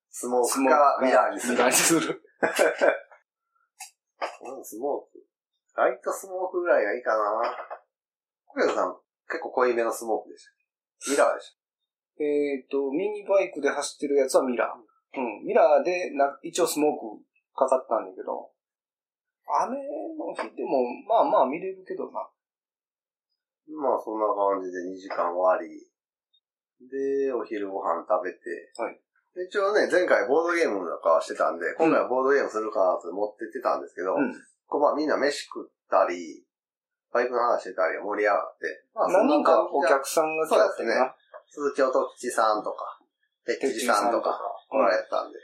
スモークかミラーにするミ。ラーにする。うんスモーク。ライトスモークぐらいがいいかな。小宮さん、結構濃いめのスモークでした。ミラーでしえっと、ミニバイクで走ってるやつはミラー。うん。ミラーでな、一応スモークかかったんだけど、雨の日でも、まあまあ見れるけどな。た。まあそんな感じで2時間終わり。で、お昼ご飯食べて。はいで。一応ね、前回ボードゲームなんかはしてたんで、今回はボードゲームするかなと思ってってたんですけど、うんこうまあみんな飯食ったり、バイクの話してたり盛り上がって、まあ何人かおじゃ客さんが来たってそうですね鈴木な。音吉さんとか、てっちりさんとか来うんられたんで、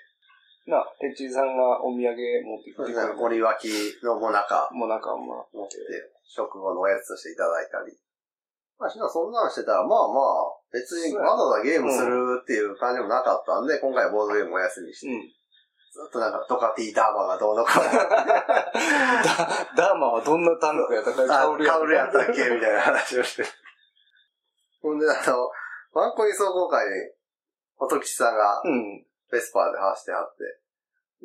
な、てっちりさんがお土産持ってきてそうくでれすね森脇のた、もなかもうなんかまあ、持って、食後のおやつとしていただいたり。まあ、しかもそんなんしてたら、まあまあ、別にわざわざゲームするっていう感じもなかったんで、今回ボードゲームお休みして、うん。 ずっとなんかドカティダーマがどうのこうの、ダダーマはどんなタンクやった か、あタオルやったタオルやったっけみたいな話をして。ほんで、あの、ワンコイン総合会に、音吉さんがうん。ベスパーで走ってはって。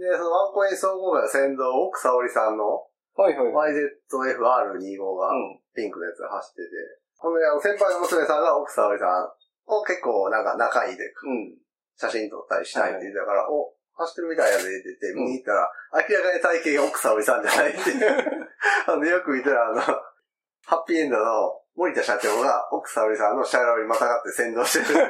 で、そのワンコイン総合会の先導、奥沙織さんのはいはいはい。 YZFR25 がうん。ピンクのやつが走ってて。ほんで、あの、先輩の娘さんが奥沙織さんを結構なんか仲いいでうん。写真撮ったりしたいって言ってたから、お、走ってるみたいやでって言って見に行ったら、明らかに体型が奥沙織さんじゃないっていう。 あの、よく見たら、あの、ハッピーエンドの森田社長が奥沙織さんの車両にまたがって先導して る。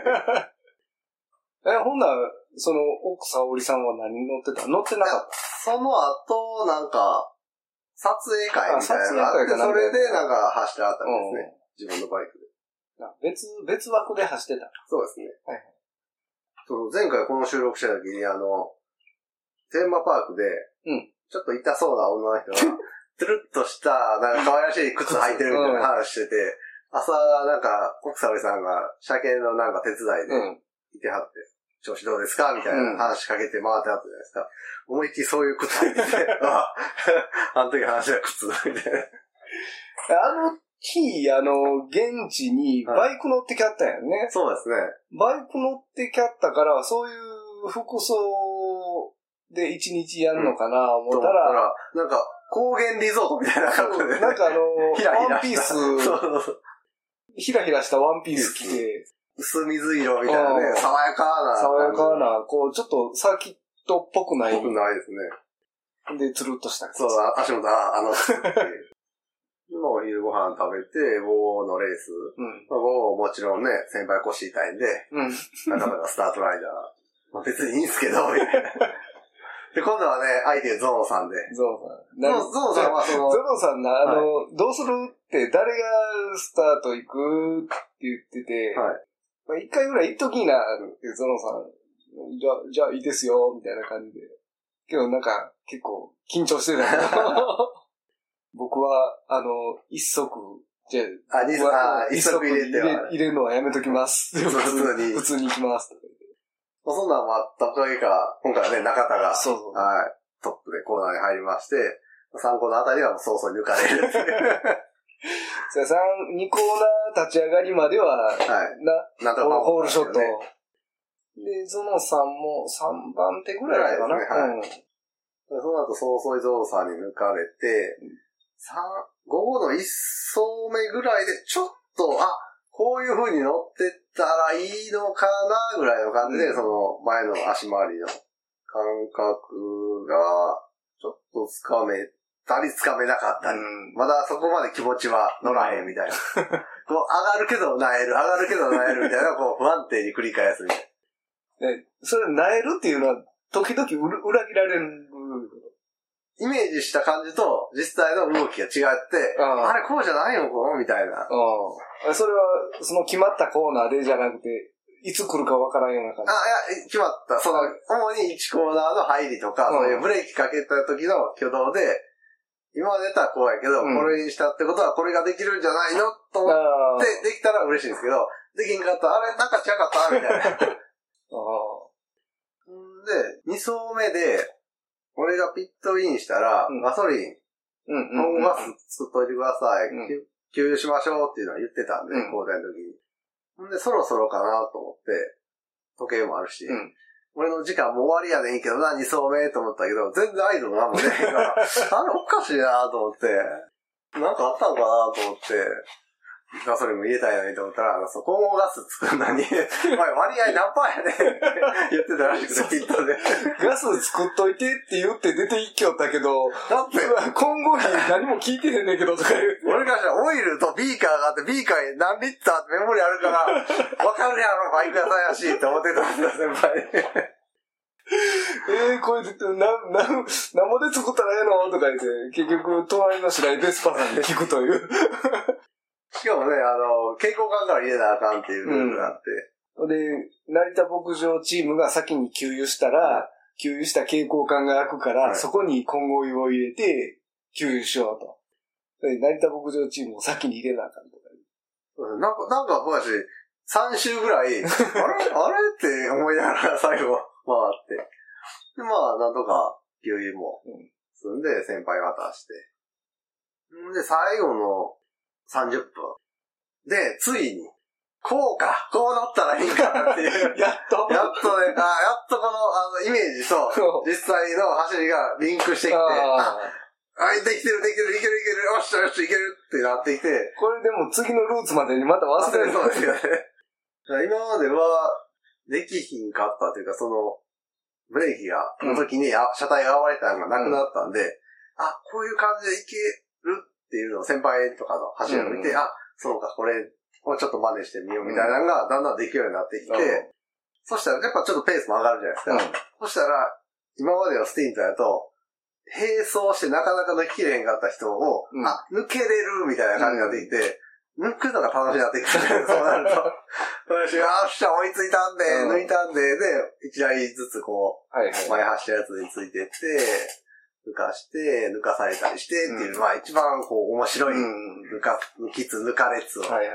え、ほんなら、その、奥沙織さんは何乗ってた乗ってなかっその後、なんか、撮影会みたいなのがあって、あ撮影会かなんそかれでなんか走ってあったた。んですね。自分のバイクで。うんな別、別枠で走ってた。そうですね。はいはそう前回この収録した時に、あの、テーマパークで、うんちょっと痛そうな女 の人が、つるっとした、なんか可愛らしい靴履いてるみたいな話してて、朝、なんか、奥沙織さんが、車検のなんか手伝いでうん。いてはって、調子どうですかみたいな話しかけて回ってあったじゃないですか。思いっきりそういうこと言って、 ああ、あの時話は靴だ、みたいな。あの日、あの、現地にバイク乗ってきゃったんやね。そうですね。バイク乗ってきゃったから、そういう服装で一日やんのかな、思ったら、と思ったらなんか、高原リゾートみたいな感じで、なんかあの、 ひらひらワンピース、そうそうそうひらひらしたワンピース着て、薄水色みたいなうんね、爽やかな。爽やか。な、こう、ちょっとサーキットっぽくない、僕ないですね。で、つるっとした感じそう、あ足元、あ、あの、 今お昼ご飯食べて、午後のレース。うん。午後もちろんね、先輩腰痛いんで、うん。なかなかスタートライダー。 まあ別にいいんすけど、みたいな で、今度はね、相手ゾーンさんで。ゾウさん。ゾなーんンかゾーンさんはそのゾ、ロさんな、あの、どうするって、誰がスタート行くって言ってて、はいまあ一回ぐらい行っときな、ってゾロさん、じゃ、じゃあいいですよ、みたいな感じで。けどなんか、結構緊張してた。 僕は、あの、一足、じゃああ、ニーズあ一足入れては入れるのはやめときます。普普通に普通に行きます。まあそんなんもあったおかげか、今回はね、中田が、そうそうはい、トップでコーナーに入りまして、参考のあたりはもう早々に抜かれるって いう。さあ、2コーナー立ち上がりまでは、はな、い。なんとかホまーあホールショットね。で、ゾノさんも3番手ぐらいかな。ぐらその後、早々にゾウさんに抜かれて、三午後の一走目ぐらいで、ちょっと、あ、こういう風に乗ってったらいいのかな、ぐらいの感じで、うんその前の足回りの感覚が、ちょっとつかめたりつかめなかったり。うんまだそこまで気持ちは乗らへんみ たいな。こう、上がるけどなえる、上がるけどなえるみたいな、こう、不安定に繰り返すみたいな。でそれ、なえるっていうのは、時々うる裏切られる。イメージした感じと、実際の動きが違って、うんあれ、こうじゃないのこのみたいな。うん。それは、その決まったコーナーでじゃなくて、いつ来るかわからんような感あ、いや、決まった。その、主に1コーナーの入りとか、そうんういうブレーキかけた時の挙動で、今までやったらこうやけど、うんこれにしたってことはこれができるんじゃないのとじ。思っあーて、できたら嬉しいんですけど、できんかったら、あれ、なんか違かったみたいな。あんー。で、2層目で、俺がピットインしたら、うんガソリン、うん今後うんうん。ガス作っといてください。うん給給油しましょうっていうのは言ってたんで、うん交代の時に。ほんで、そろそろかなと思って、時計もあるし、うん俺の時間もう終わりやねんけどな、2層目と思ったけど、全然アイドルなんもねえ から、あれおかしいなと思って、なんかあったのかなと思って、ガソリンも入れたいのにと思ったら、あのそう混合ガス作るのに、 お前割合何パーやねんって言ってたらしくて、ピットで。ガス作っといてって言って出ていきよったけど、だって、今後に何も聞いてへんねんけどとか言う。俺からしたらオイルとビーカーがあって、ビーカーに何リッターってメモリあるから、わかるやろ、バイク屋さんやし、って思ってたんですよ、先輩。ええー、これ、な、な、なんもで作ったらええのとか言って、結局、隣の白井ベスパさんに聞くという。しかもね、あの、蛍光管から入れなあかんっていうルールがあって、で、成田牧場チームが先に給油したら、給油した蛍光管が開くから、はいそこに混合油を入れて、給油しようと。で、成田牧場チームを先に入れな あかんとかうんなんか、なんか、ほやし、3週ぐらい、あれあれって思いながら最後、回って。で、まあ、なんとか、給油もうん、済んで、先輩渡して。んで、最後の30分。で、ついに、こうか、こうなったらいいんかなっていう。言う。やっとやっとね、あやっとこの、あの、イメージと、実際の走りがリンクしてきて、あ、あーあできてる、できてる、いける、いける、よっしゃ、よっしゃ、いけるってなってきて、これでも次のルーツまでにまた忘れる。そうですよね。今までは、できひんかったというか、その、ブレーキが、の時に、あ、車体が割れたのがなくなったんで、あ、こういう感じでいけるっていうのを先輩とかの走りを見て、うんあ、そうか、これをちょっと真似してみようみたいなのが、だんだんできるようになってきて、そしたら、やっぱちょっとペースも上がるじゃないですか。そしたら、今までのスティントだと、並走してなかなか抜ききれへんかった人を、うんあ、抜けれるみたいな感じになってきて、抜くのが楽しくな ってきて、そうなると。私、よっしゃ、追いついたんで、うん抜いたんで、で、一台ずつこ、はいうはい。前走ったやつについてって、抜かして、抜かされたりしてっていう、うんまあ一番こう面白い、うん。抜か、抜きつ抜かれつをはいはい。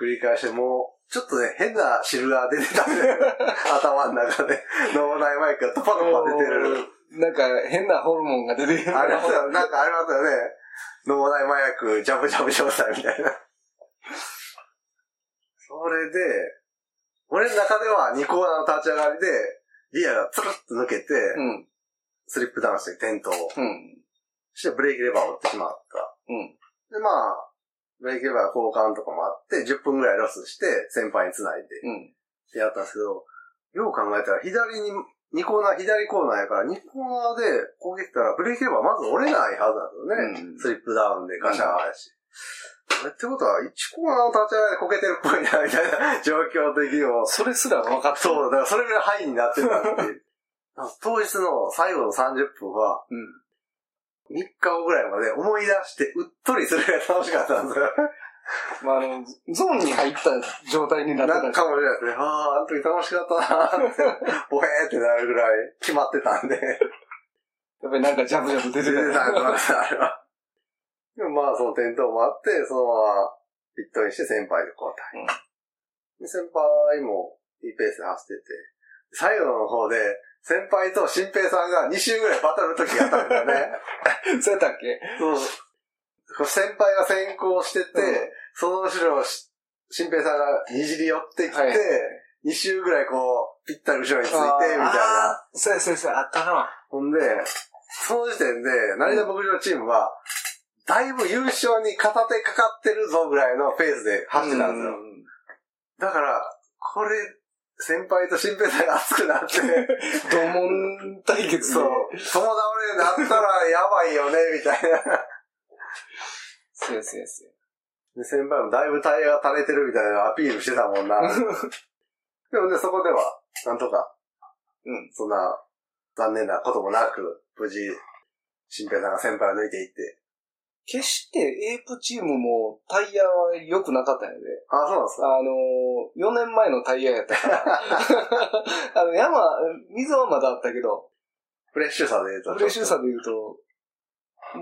繰り返して、もう、ちょっとね、変な汁が出てたんで、 頭の中で、脳内マイクがトパトパ出てる。なんか変なホルモンが出てる。ありますよ、なんかありますよね。脳内麻薬、ジャブジャブ状態みたいな。それで、俺の中では2コーナーの立ち上がりで、リアがつるっと抜けて、うん。スリップダウンして転倒。うん。そしてブレーキレバーを打ってしまった。うん。で、まあ、ブレーキレバー交換とかもあって、10分ぐらいロスして、先輩に繋いで、うん。ってやったんですけど、よう考えたら左に、2コーナー、左コーナーやから、2コーナーで攻撃したらブレーキレバーまず折れないはずなんですよね。うんスリップダウンでガシャーやし。あれってことは、1コーナーの立ち上がりでこけてるっぽいな、みたいな状況的にも。それすら分かった。そう、だからそれぐらい範囲になってたっていう。なんか当日の最後の30分は、3うん。日後ぐらいまで思い出して、うっとりするぐらい楽しかったんですよ。まあ、あの、ゾーンに入った状態になってなたんかもしれないですね。ああ、あの時楽しかったなーって、ボヘーってなるぐらい決まってたんで。やっぱりなんかジャブジャブ出出ててたた。んですあれは。でもまあ、その転倒もあって、そのままピットインして先輩で交代。うんで先輩もいいペースで走ってて、最後の方で、先輩と新平さんが2周ぐらいバトルの時があったんだよね。 そうやったっけそう。先輩が先行してて、うんその後ろをし新平さんがにじり寄ってきて、はいはい2周ぐらいこう、ぴったり後ろについて、みあたいーな。。あーそうやそうやそうや、あったな。ほんで、その時点で、成田牧場チームは、だいぶ優勝に片手かかってるぞぐらいのペースで走ってたんですよ。だから、これ、先輩と新平さんが熱くなって、ですよ。同門対決で。そう、友倒れになったらやばいよね、みたいな。そうやそうやそうや。で、先輩もだいぶタイヤが垂れてるみたいなアピールしてたもんな。でもね、そこでは、なんとか、うん。そんな、残念なこともなく、無事、新平さんが先輩を抜いていって。決してエイプチームもタイヤは良くなかったんやで。あ、そうなんですか。あのー、4年前のタイヤやった から。あの、山、水はまだあったけど、フレッシュさで言うと。フレッシュさで言うと、もう、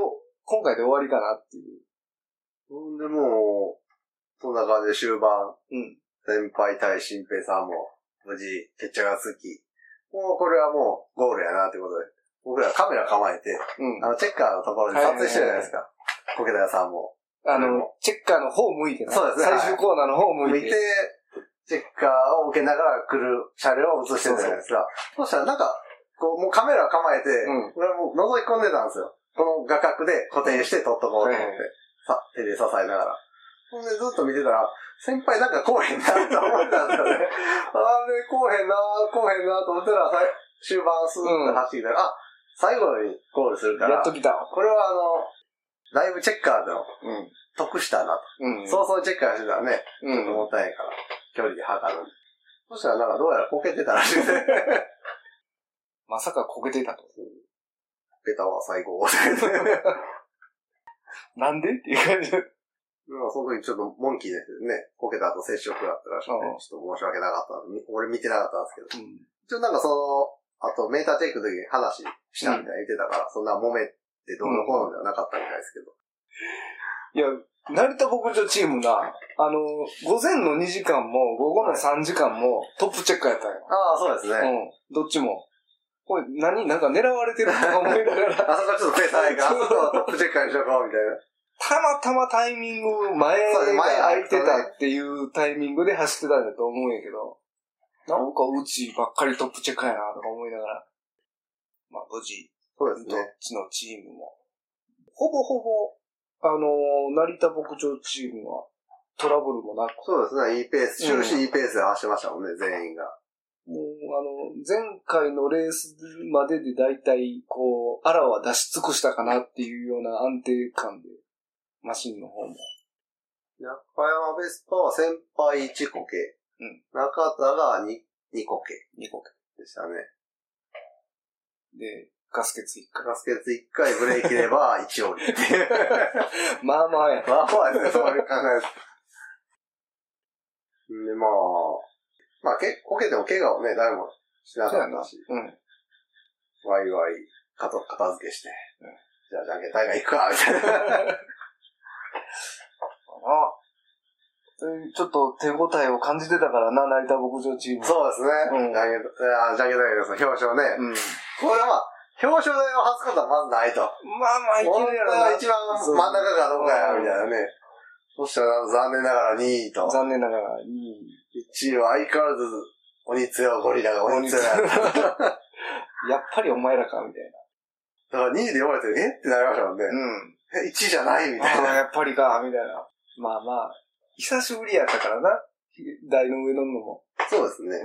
もう、今回で終わりかなっていう。ほんでもう、そんな感じで終盤、うん。先輩対新平さんも、無事、決着がつき、もうこれはもう、ゴールやなってことで、僕らカメラ構えて、うん。あの、チェッカーのところで撮影してるじゃないですか。小池田さんも。あでのも、チェッカーの方向いてな。そうですね最終コーナーの方向見いてて。、チェッカーを受けながら来る車両を映してるじゃないですか。そうしたらなんか、こう、もうカメラ構えて、うん俺はもう覗き込んでたんですよ。この画角で固定して撮っとこうと思って、はいはいさ手で支えながら。ほんでずっと見てたら、先輩なんかこうへんなと思ったんですよね。 あれ、こうへんな、こうへんなと思ったら、さい終盤スーッと走ってきたら、あ、最後にゴールするかやら、っとこ来た。れはあの、だいぶチェッカーのう得したなと。ん。うん。そうそうチェッカーしてたらね、う。ちょっともん。ったいないから、距離で測る。そしたらなんかどうやらこけてたらしい ね。まさかこけてたと。ベタは最高。なんでっていう感じ。まあその時ちょっとモンキーですよね。こけた後接触だったらしくてう、んちょっと申し訳なかった。み俺見てなかったんですけど。うん。一応なんかその、あとメーターチェックの時に話したみたいな言ってたから、そんな揉めてどうのこうのではなかったみたいですけど。いや、成田牧場チームが、あの、午前の2時間も午後の3時間もトップチェッカーやったんよ。ああ、そうですね。うん。どっちも。これ何なんか狙われてるとか思いながら、あそこはちょっとペーターないから、あ そこはトップチェッカーにしとこうみたいな。たまたまタイミング前そうですが前空いてたっていうタイミングで走ってたんだと思うんやけど、なんかうちばっかりトップチェッカーやなとか思いながら、まあ無事、そうどですっね。ちのチームも、ほぼほぼ、あのー成田牧場チームはトラブルもなく、そうですね。いいペース。終始いいペースで走ってましたもんね、全員が。もうあの、前回のレースまでで大体、こう、あらは出し尽くしたかなっていうような安定感で、マシンの方も。中山ベスパは先輩1コケ。うん中田が 2, 2コケ2個かでしたね。で、ガスケツ1回。ガスケツ1回ブレーキれば1折りっていう。まあまあや。まあまあですね、そういう考えです。で、まあ、まあ、け、こけても怪我をね、誰もしなかったし、うん。ワイワイ、かと、片付けして、じゃあ、じゃんけん大会行くか、みたいな。あ、うんちょっと手応えを感じてたからな、成田牧場チーム。そうですね。うんジャンケン、あジャンケン大学の表彰ね。うん。これは、表彰台を外すことはまずないと。まあまあ、い本けるやろ当はな。一番真ん中かどうかや、みたいなね。そしたら残念ながら2位と。残念ながら、いい。 1位は相変わらず、鬼強ゴリラが鬼強い。だかやっぱりお前らか、みたいら2位で呼ばれて、えってなりましたもんね。な。うん。え、1位じゃないみたいああな。やっぱりか、みたいな。まあまあ、久しぶりやったからな。台の上乗るのも。 そうですね。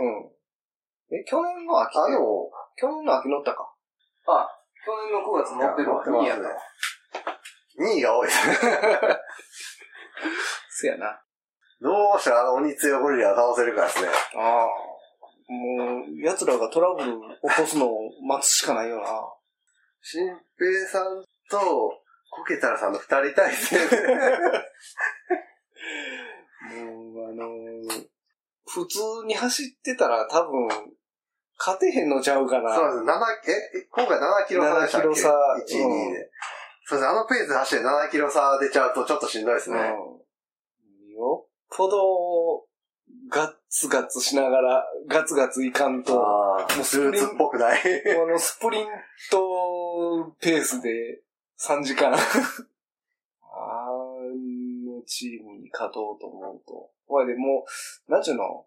うん。え、去年の秋あ、でも、去年の秋乗ったか。あ、去年の9月いや乗ってますね。2位が多いですね。そやな。あどうしたらあの鬼強ゴリラを倒せるかですね。あ。もう、奴らがトラブル起こすのを待つしかないよな。新平さんと、コケタラさんの二人体 制で。もう、あのー普通に走ってたら多分、勝てへんのちゃうかな。そうです。七え、え今回7キロ差でしたっけ7キロ差1、2うんで。そうです。あのペースで走って7キロ差出ちゃうとちょっとしんどいですね。うん。よっぽど、ガッツガッツしながら、ガツガツいかんと、あああ、もうスーツっぽくない。の、スプリントペースで3時間。あのチームに勝とうと思うと。ほいで、もう、なんちゅうの、も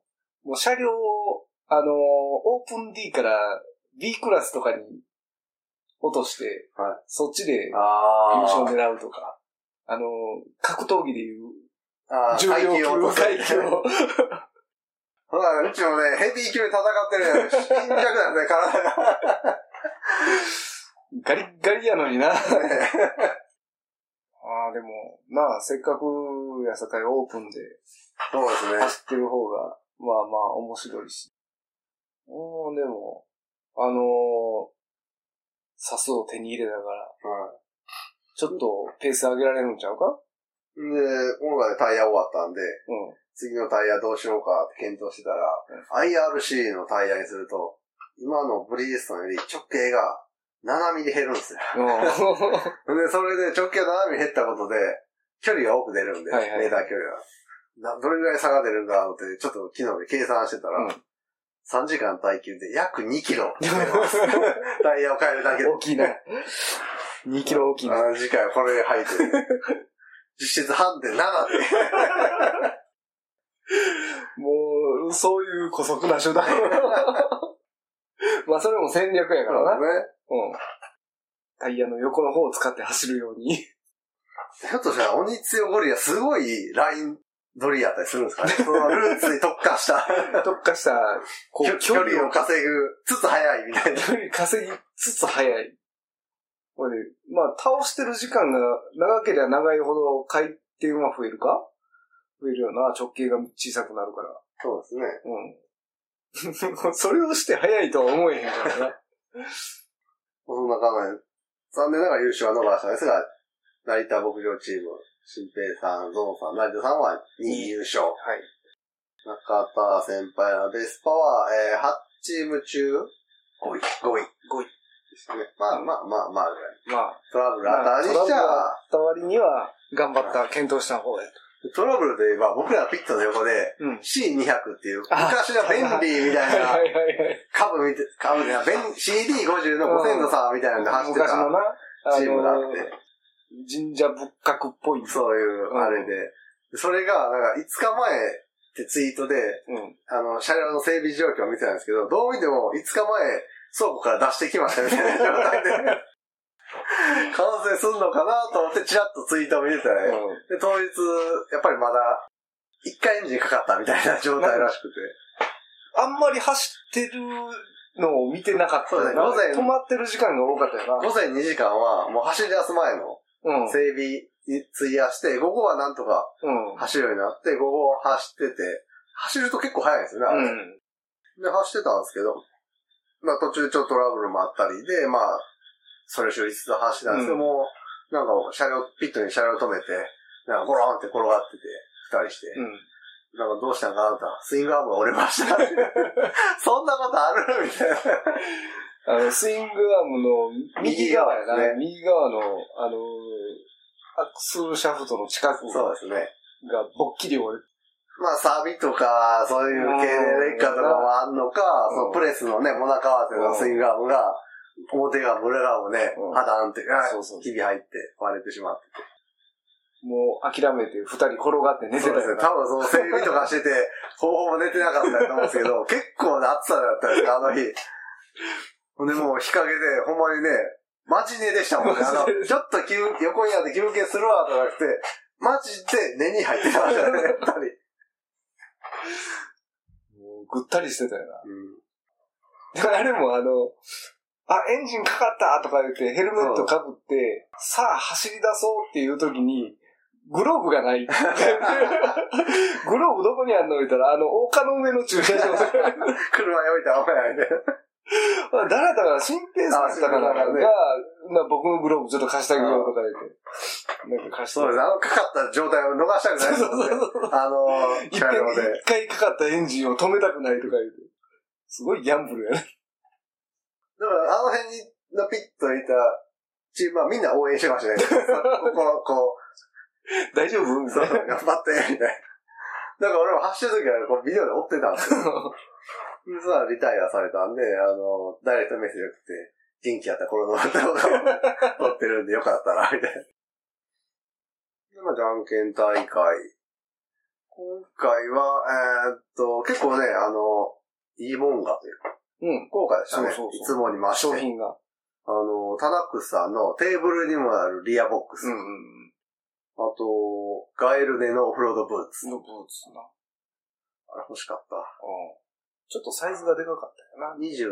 う車両を、あの、オープン D から B クラスとかに落として、はいそっちで優 あ勝狙うとか、あの、格闘技でいうあー重量階級級をを落と階級を。そうだね、うちもね、ヘビー級で戦ってる よ。貧弱なんだね、体が。ガリッガリやのに な。ああ、でも、まあ、せっかくやさかいオープンでそうですね。走ってる方が、まあまあ面白いし。うん、でも、あのー、サスを手に入れたから、ちょっとペース上げられるんちゃうかうんで、今回タイヤ終わったんで、うん。次のタイヤどうしようかって検討してたら、IRC のタイヤにすると、今のブリヂストンより直径が7ミリ減るんですよ。うん。で、それで直径が7ミリ減ったことで、距離が多く出るんで、はいはいメーター距離が。などれぐらい差が出るんだろうって、ちょっと昨日で計算してたら、うん3時間耐久で約2キ ロ出ます。タイヤを変えるだけで。大きいな。2キロ大きいな。あの次回はこれで履いてる。 実質半で7って。もう、そういう古速な手 段。まあ、それも戦略やからな。うん。タイヤの横の方を使って走るよう に。ひょっとしたら、鬼強ゴリラ、すごいライン取りやったりするんですかね。そのルーツに特化した、特化した、こ距う、距離を稼ぐ、つつ早いみたいな。距離稼ぎつつ速い。これ、まあ、倒してる時間が長ければ長いほど回転は増えるか増えるよな。直径が小さくなるから。そうですね。うん。 それをして速いとは思えへん からな。そんな感じで、残念ながら優勝は逃したんですが、成田牧場チーム、新平さん、ゾンさん、成田さんは2位優勝。はい。中田先輩のベスパは、えー、8チーム中、5位。5位。 5位。ですね。まあまあまあまあぐらい。まあ、トラブルあったりしちゃ、たわりには、頑張った、検討した方や。トラブルといえば僕らピットの横でうん。 C200 っていうあ昔のベンリーみたいはないはいはい。株見て、株じゃない、ベン CD50 の5000の差みたいなんで走って 昔のたな、あチームがあのっ、て、神社仏閣っぽい。う。そういうあれで、それがなんか5日前ってツイートで、うん。あの、車両の整備状況を見てたんですけど、どう見ても5日前倉庫から出してきましたみたいな状態で、 完成すんのかなと思ってチラッとツイートを見てたら、うんで、当日、やっぱりまだ、一回エンジンかかったみたいな状態らしくて。あんまり走ってるのを見てなかったよな。そうだね午前止まってる時間が多かったよな。午前2時間は、もう走り出す前のうん。うん。整備に費やして、午後はなんとか走るようになって、午後走ってて、走ると結構早いんですよねあれ。うん。で、走ってたんですけど、まあ途中ちょっとトラブルもあったりで、まあ、それを処理しつつ走ってたんですけど、うんもう、なんか車両、ピットに車両止めて、なんかゴロンって転がってて、二人して、うん。なんかどうしたんかなと思ったらスイングアームが折れましたっ て。そんなことあるみたいな。あの、スイングアームの右側やな。右側の、あのー、アクスルシャフトの近くがそうですね。ぼっきり折れまあ、サビとか、そういう経年劣化とかもあんのか、うんそのプレスのね、モナカワテのスイングアームが、表が裏側もねう、ん破断って、そうそう日々入って割れてしまって。もう諦めて二人転がって寝てそうたですよね。な。多分その整備とかして て、方法も寝てなかったと思うんですけど、結構な暑さだったんですよ、あの日。ほんで、もう日陰で、ほんまにね、マジ寝でしたもんね。あの、ちょっと休横になって休憩するわ、とかなくて、マジで寝に入ってましたね、やっ ぱり。もうぐったりしてたようん な。あれもあの、あ、エンジンかかったとか言ってヘルメットかぶって、さあ走り出そうっていう時に、グローブがない。 グローブどこにあんの言ったら、あの、丘の上の 駐車車場。に置いたら危ないね。だらだら新平さんだったかなあ新平さんが、ねまあ、僕のグローブちょっと貸してあげようとか言って。なんか貸して そうです。あの、かかった状態を逃したくないですそうもんそうね。そう。あのー、一車回両で。一回かかったエンジンを止めたくないとか言うて。すごいギャンブルやね。だから、あの辺に、のピッといたチームはみんな応援してましたね。この、こ大丈夫う、みそたう、いな。頑張って、みたいな。だから俺も走ってる時は、こう、ビデオで追ってたんですよ。そしたらリタイアされたんで、あの、ダイレクトメッセージじゃなくて、元気やったらこの動画を撮ってるんでよかったら、みたいな。で、まあ、じゃんけん大会。今回は、えーっと、結構ね、あの、いいもんがというか、 うん。豪華でしたね。そうそうそういつもに増して。商品が。あの、タナックスさんのテーブルにもあるリアボックス。あん。と、ガエルネのオフロードブーツ。のブーツな。うん。あれ欲しかった。ちょっとサイズがでかかったよな。 27。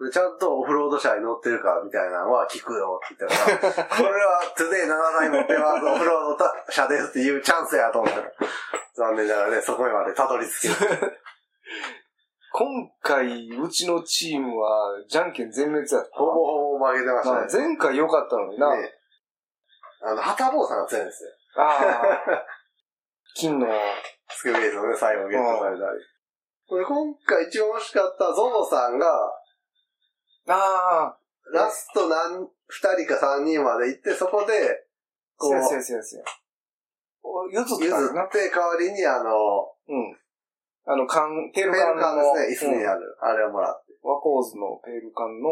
うん。でちゃんとオフロード車に乗ってるかみたいなのは聞くよって言った から、これはトゥデイ7台持ってます、オフロード車ですっていうチャンスやと思ったら、残念ながらね、そこまでたどり着き。 今回、うちのチームは、じゃんけん全滅やった。ほぼほぼ負けてましまあたね。前回良かったのにな。ねあの、ハタボーさんが強いんですよ。ああ。金の、スケベースをね、最後ゲットされたり。これ今回一番惜しかったゾゾさんが、ああ。ラスト何、二人か三人まで行って、そこで、こう先、生先生。お譲譲ったよなっ。て代わりに、あの、うん。あの、缶、ペペールル缶の。カンですね、椅子にうんある、あれをもらって、ワコーズのペール缶の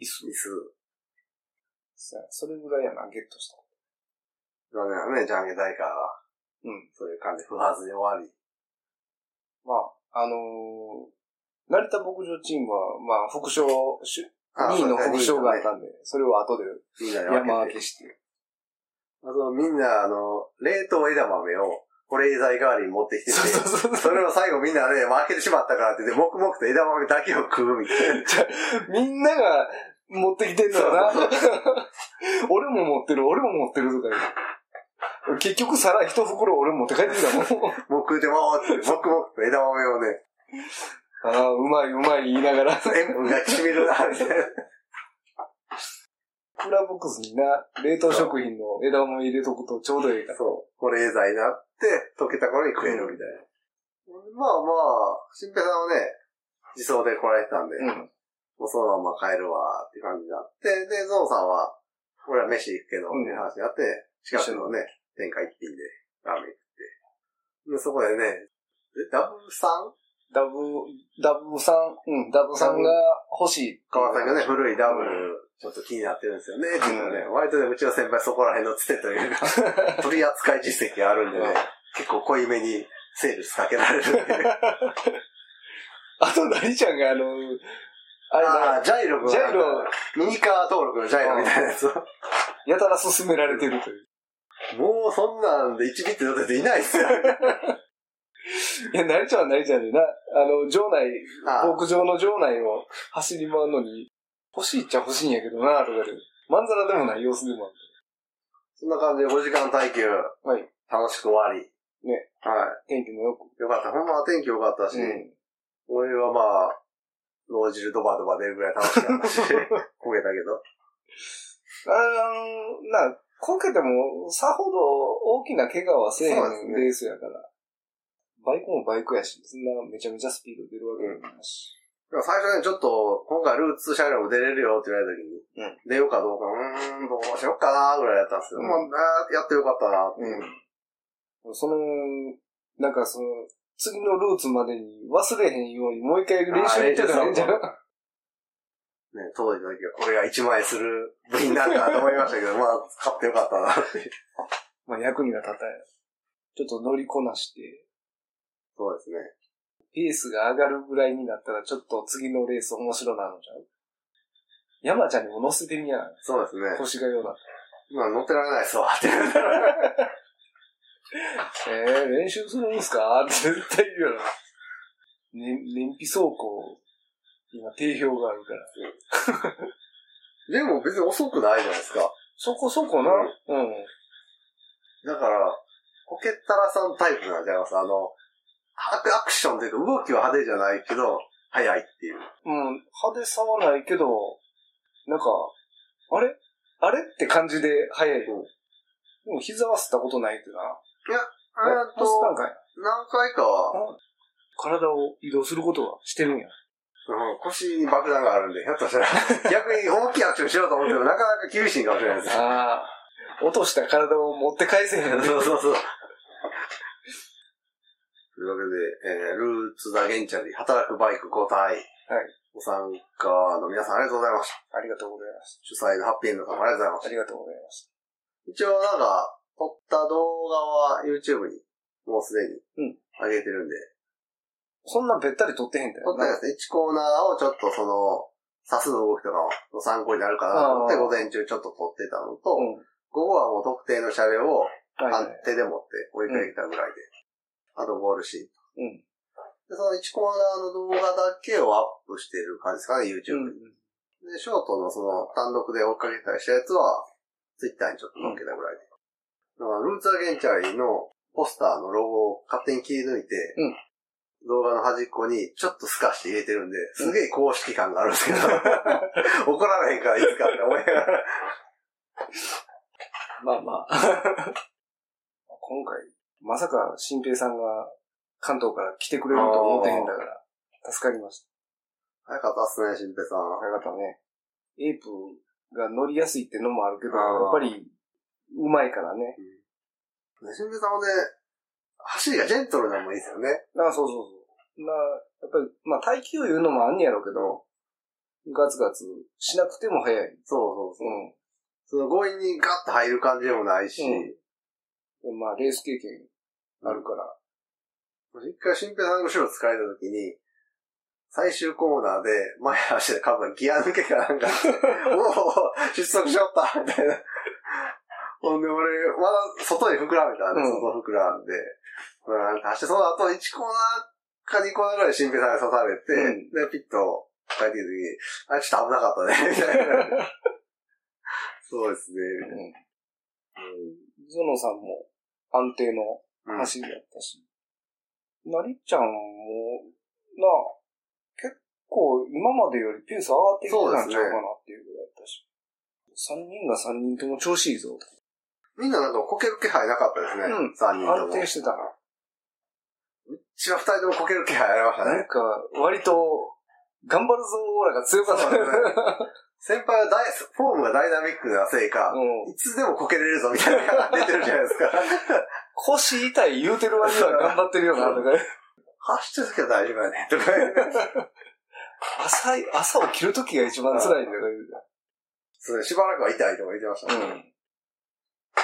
椅子椅。子。さそれぐらいやな、ゲットした。残念だね、ジャンケン大会は。うん。そういう感じ、不発で終わり。まあ、あのー、成田牧場チームは、まあ、副賞、し2位の副賞があったんで、それを後でみんなで山分分けて。けして。あと、みんな、あの、冷凍枝豆を、保冷剤代わりに持ってきてて、そうそうそうそれを最後みんなね、負けてしまったからって言って、黙々と枝豆だけを食うみたい な。みんなが持ってきてんのよな。 俺も持ってる、俺も持ってるとか言う。結局皿一袋俺持って帰ってき たもん。もう食うてもーって、黙々と枝豆を ね、ああ、うまいうまい言いながら。塩分がきしみるな、みたいな。クーラーボックスにな、冷凍食品の枝豆入れとくとちょうどいいから。そう。保冷剤になって、溶けた頃に食えるみたいな。まあまあ、新平さんはね、自走で来られてたんで、うん。もうそのまま帰るわって感じになって、で、ゾウさんは、俺は飯行くけど、うっんていう話になって、近くのね、天下一品でラーメン食って。で、そこでね、えダブさんダブ、ダブさん、うん、ダブさんが欲しい。川崎のね、ね。古いダブル、ちょっと気になってるんですよね、っていうのはね、割とね、うちの先輩そこら辺のつてというか、 取り扱い実績あるんでねうん、結構濃いめにセールスかけられるんで。 あと、なりちゃんが、あの、あれ あだ、あ、ジャイロがジャイロ、ミニカー登録のジャイロみたいなやつを。やたら勧められてるという。もうそんなんで1ビット乗ってていないっすよ。いや、なりちゃんはなりちゃんでな、あの、場内、 ああ牧場の場内を走り回るのに、欲しいっちゃ欲しいんやけどな、とかで、まんざらでもない様子でもある。そんな感じで5時間耐久、はい。楽しく終わり。ね。は天気もよく。い。よかった。ほんま天気良かったし、うん。俺はまあ、脳汁ドバドバ出るぐらい楽しかった し、焦げたけど。あーな、こけても、さほど大きな怪我はせえへんそうですねレースやから。バイクもバイクやし、そんなめちゃめちゃスピード出るわけでもないし。でも最初ね、ちょっと、今回ルーツ車両も出れるよって言われた時に、うん出ようかどうか、うーん、どうしようかなぐらいだったんですけど、うんまあ、あーやってよかったなっていう。うん。その、なんかその、次のルーツまでに忘れへんようにもう一回練習行ってたらいいんじゃん。ね、当時の時はこれが1万円する部品なんだと思いましたけど、まあ、買ってよかったな って。まあ役には立たんやろちょっと乗りこなして、そうですね。ペースが上がるぐらいになったらちょっと次のレース面白なのじゃん。山ちゃんにも乗せてみやん。そうですね。腰がような。今乗ってられないっすわ、って。えー、練習するんすかって絶対言うよな。ね、燃費走行、今定評があるから。でも別に遅くないじゃないですか。そこそこな。うん。だから、コケッタラさんタイプなんじゃないですか。あの、アクアクションというか動きは派手じゃないけど、速いっていう。うん、派手さはないけど、なんか、あれあれって感じで速い。でうんも膝は吸ったことないってな。えっえ吸ったんと、かい何回かは、体を移動することはしてるんや。うん腰に爆弾があるんで、ひょっとしたら、 逆に大きいアクションしようと思っても、なかなか厳しいかもしれないです。ああ。落とした体を持って返せへん。そうそうそう。 というわけで、えー、ルーツ・ザ・ゲンチャリ、働くバイク5体。はい。ご参加の皆さんありがとうございました。ありがとうございます。主催のハッピーエンドさんもありがとうございましあた。りがとうございます。一応なんか、撮った動画は YouTube に、もうすでに、上げてるんで。そんなんべったり取ってへんだ撮よったやつね、1コーナーをちょっとその、指すの動きとかの参考になるかなと思って、あー午前中ちょっと撮ってたのと、うん午後はもう特定の車両を、な。はい、判はい。定でもって追いかけたぐらいで。あとゴールシーン。うん。で、その1コーナーの動画だけをアップしてる感じですかね、うんう YouTube に。ん。で、ショートのその単独で追っかけたりしたやつは、Twitter にちょっと載っけたぐらいで。だから、ルーツアゲンチャリのポスターのロゴを勝手に切り抜いて、うん動画の端っこにちょっと透かして入れてるんで、すげえ公式感があるんですけど、 怒られへんからいつかって思いながら。まあまあ。 今回、まさか新平さんが関東から来てくれると思ってへんだから、助かりました。早かったっすね、新平さん。ありがとうね。エイプが乗りやすいってのもあるけど、あーやっぱり、うまいからね。新平さんもね、走りがジェントルなのもいいですよね。あそうそうそう。な、やっぱり、まあ、耐久いうのもあんねやろうけど、ガツガツしなくても早い。そうそうそう。うその強引にガッと入る感じでもないし、うんん。まあ、レース経験あるから。一回新平さんの後ろ使えた時に、最終コーナーで前足で多分ギア抜けかなん か、もう失速しよったみたいな。ほんで俺、まだ外に膨らめたんで、うん外膨らんで、これなんか走って、その後1コーナーか2コーナーぐらい新平さんに刺されて、で、ピット帰ってきた時に、あれちょっと危なかったね、みたいな。 そうですね。うん。ゾノさんも安定のうん走りやったし。なりっちゃんも、なあ、結構今までよりペース上がってきてたんちゃうかなっていうぐらいやったし。三人が三人とも調子いいぞ。みんななんかこける気配なかったですね。うん三人と安も。定してたな。一応二人ともこける気配ありましたなねん。か、割と、頑張るぞオーラが強かったそね。う先輩はダイフォームがダイナミックなせいか、うんいつでもこけれるぞみたいなのが出てるじゃないです か。腰痛い言うてる割には頑張ってるよな、とか。走ってる時は大丈夫や ね。とか言う朝い、朝起きる時が一番辛いんだから。そうねしばらくは痛いとか言ってましたね。ん。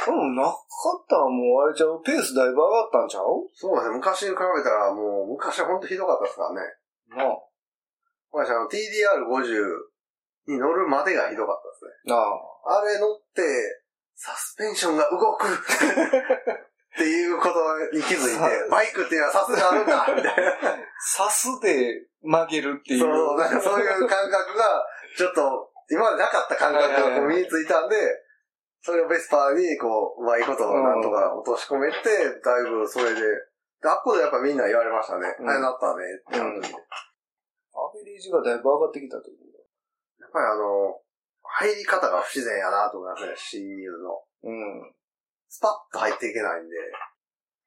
でも、なかったらもうあれちゃう、ペースだいぶ上がったんちゃうそうですね。昔に比べたらもう、昔は本当ひどかったですからね。なあ。私あの TDR50 に乗るまでがひどかったですね。なあ。あれ乗って、サスペンションが動くっていうことに気 づいさて、バイクっていうのはさすがあるんだみたいな。刺すで曲げるっていう。そう、なんかそういう感覚が、ちょっと、今までなかった感覚がこう身についたんで、それをベスパーに、こう、うまいことをなんとか落とし込めて、だいぶそれで、であっこでやっぱみんな言われましたね。うあんれなったね、って感じで。アベレージがだいぶ上がってきたと思やっぱりあの、入り方が不自然やなと思いますね、侵入の。う。うん。スパッと入っていけないんで。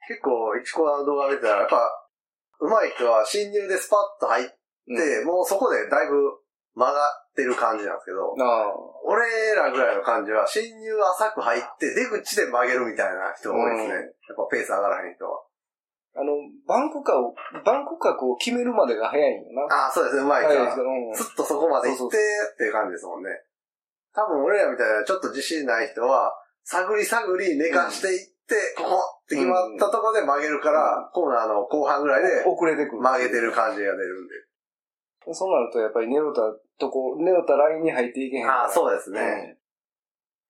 結構、一コーナーの動画見てたら、やっぱ、上手い人は侵入でスパッと入って、で、もうそこでだいぶ曲がってる感じなんですけど、なあ。俺らぐらいの感じは、侵入浅く入って、出口で曲げるみたいな人多いですね。うんやっぱペース上がらへん人は。あの、バンク角を、バンク角を決めるまでが早いんよな。ああ、そうですね、うまいか早いらです。けど、うん。ずっとそこまでそ行っうてそうっていう感じですもんね。多分俺らみたいなちょっと自信ない人は、探り探り寝かしていって、ここって決まったとこで曲げるから、コーナーの後半ぐらいで遅れてくる。曲げてる感じが出るんで。そうなると、やっぱり寝よったとこ、寝よったラインに入っていけへんから。ああ、そうですうね。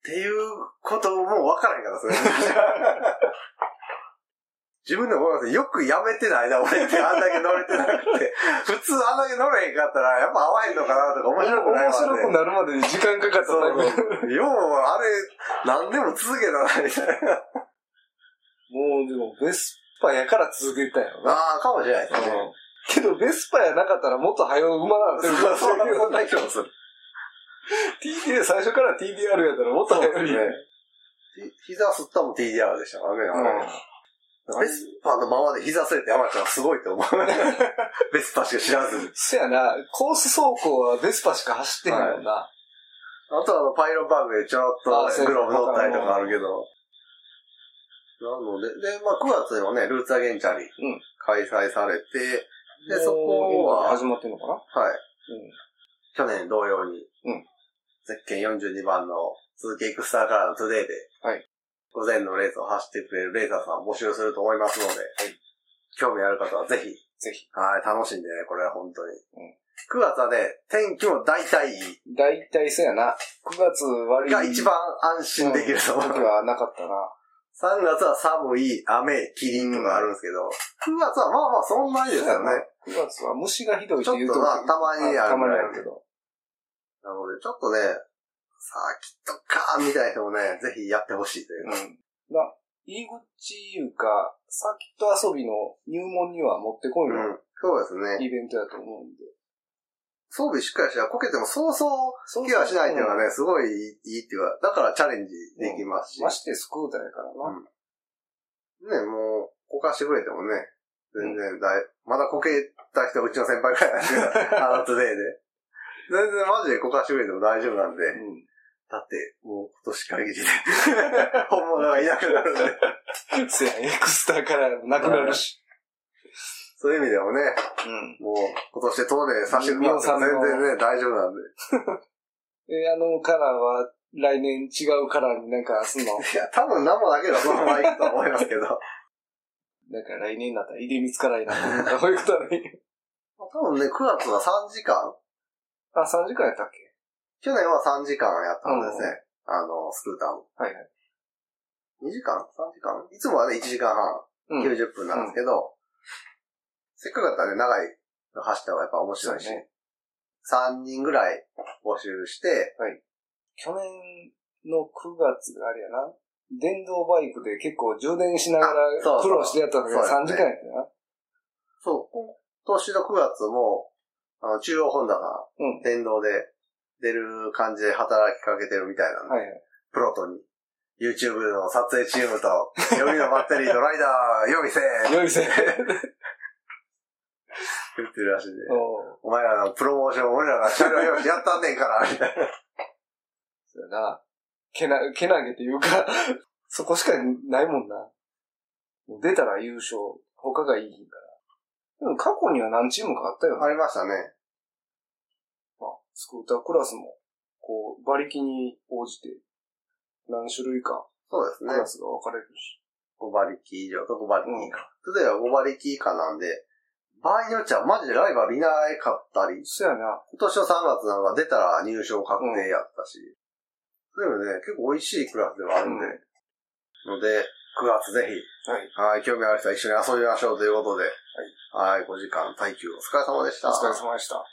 っんていうこともう分からへんからですね。自分でも思いますよくやめてないな、俺ってあんだけ乗れてなく て。普通あんだけ乗れへんかったら、やっぱ合わへんのかなとか面白くないわ面白くなるまでに時間かかったそうタイプ。よう、あれ、何でも続けたな、みたいな。もうでも、ベスパやから続けたよな。ああ、かもしれないですね。けど、ベスパやなかったらもっと早う馬なんてるから、そうそうそんな気もする TDA、最初から TDR やったらもっと早そううですにね。ひ膝すったも TDR でしたからね、あれ。ベスパのままで膝すれて山ちゃんすごいと 思う。ベスパしか知らずに。そやな、コース走行はベスパしか走ってへんもんな。あとはあの、パイロンバグでちょろあっそとうグローブ乗ったりとかあるけど。なので、で、まあ9月にもね、ルーツアゲンチャリん開催されて、でそこもうは今始まってんのかなはい。うん去年同様に、うんゼッケン42番の鈴木エクスターからのトゥデイで、はい午前のレースを走ってくれるレーサーさんを募集すると思いますので、興味ある方はぜひ、ぜひ。はい、楽しんでね、これは本当に。ん9月はね、天気も大体いいだいたいそやな。9月割が一番安心できると思う。時はなかったな。 3月は寒い、雨、霧とかあるんですけど、9月はまあまあそんなにですよね。 9月は虫がひどいちょとっ言うとまあたまにあるたまにぐあらいるけど。なので、ちょっとね、さあ、きっとかーみたいな人もね、ぜひやってほしいというう。ん。な、入り口いうか、サーキット遊びの入門にはもってこいのうん、そうですね。イベントやと思うんで。装備しっかりしたらこけてもそうそうそうケアしないっていうのははね、すごいいいっていうか、だからチャレンジできますし、ましてスクーターやからな。ね、もう、こかしてくれてもね、全然だい、まだこけた人はうちの先輩くらいなんです けど、あのトゥデイで。全然マジでこかしてくれても大丈夫なんで、うん。だって、もう今年限りで、 本物がいなくなるんで、せや、エクスターからなくなるし。そういう意味でもね、うん。もう今年で遠出させてもらっても全然ね、大丈夫なんで。え、あのカラーは来年違うカラーになんかすんのいや、多分何もだけどそのまま行くとは思いますけど。なんか来年になったら、いでみつからいな。 こういうことはね。多分ね、9月は3時間あ、3時間やったっけ去年は3時間やったんですね。あの、スクーターも。はいはい。 2時間 ?3 時間いつもはね、1時間半、うん。 90分なんですけど、せっかくだったらね、長いの走った方がやっぱ面白いし、そうね3人ぐらい募集して、去年の9月があれやな。電動バイクで結構充電しながらあそうそう苦労してやったんだけど、そう3ですね時間やったよな。そう、今年の9月も、あの、中央ホンダがうん。電動で出る感じで働きかけてるみたいなんで、はいはい。プロトに、YouTube の撮影チームと、予備のバッテリー、ドライダー、予備せーってよいせ。 言ってるらしいんで。おうお前らのプロモーション、俺らが車両用紙やったんねんから、みたいな。そうやな。けな、けなげというか、 そこしかないもんな。もう出たら優勝。他がいいから。でも過去には何チームかあったよね。ありましたね。まあ、スクータークラスも、こう、馬力に応じて、何種類かそうですクね。ラスが分かれるし。 5馬力以上と5馬力以下。例えば5馬力以下なんで、場合によっちゃマジでライバルいなかったり、そやな。今年の3月なんか出たら入賞確定やったし、そういうのね、結構美味しいクラスではあるんで、うんので、9月ぜひ、はい。はい、興味ある人は一緒に遊びましょうということで、はい、5時間耐久お疲れ様でした。お疲れ様でした。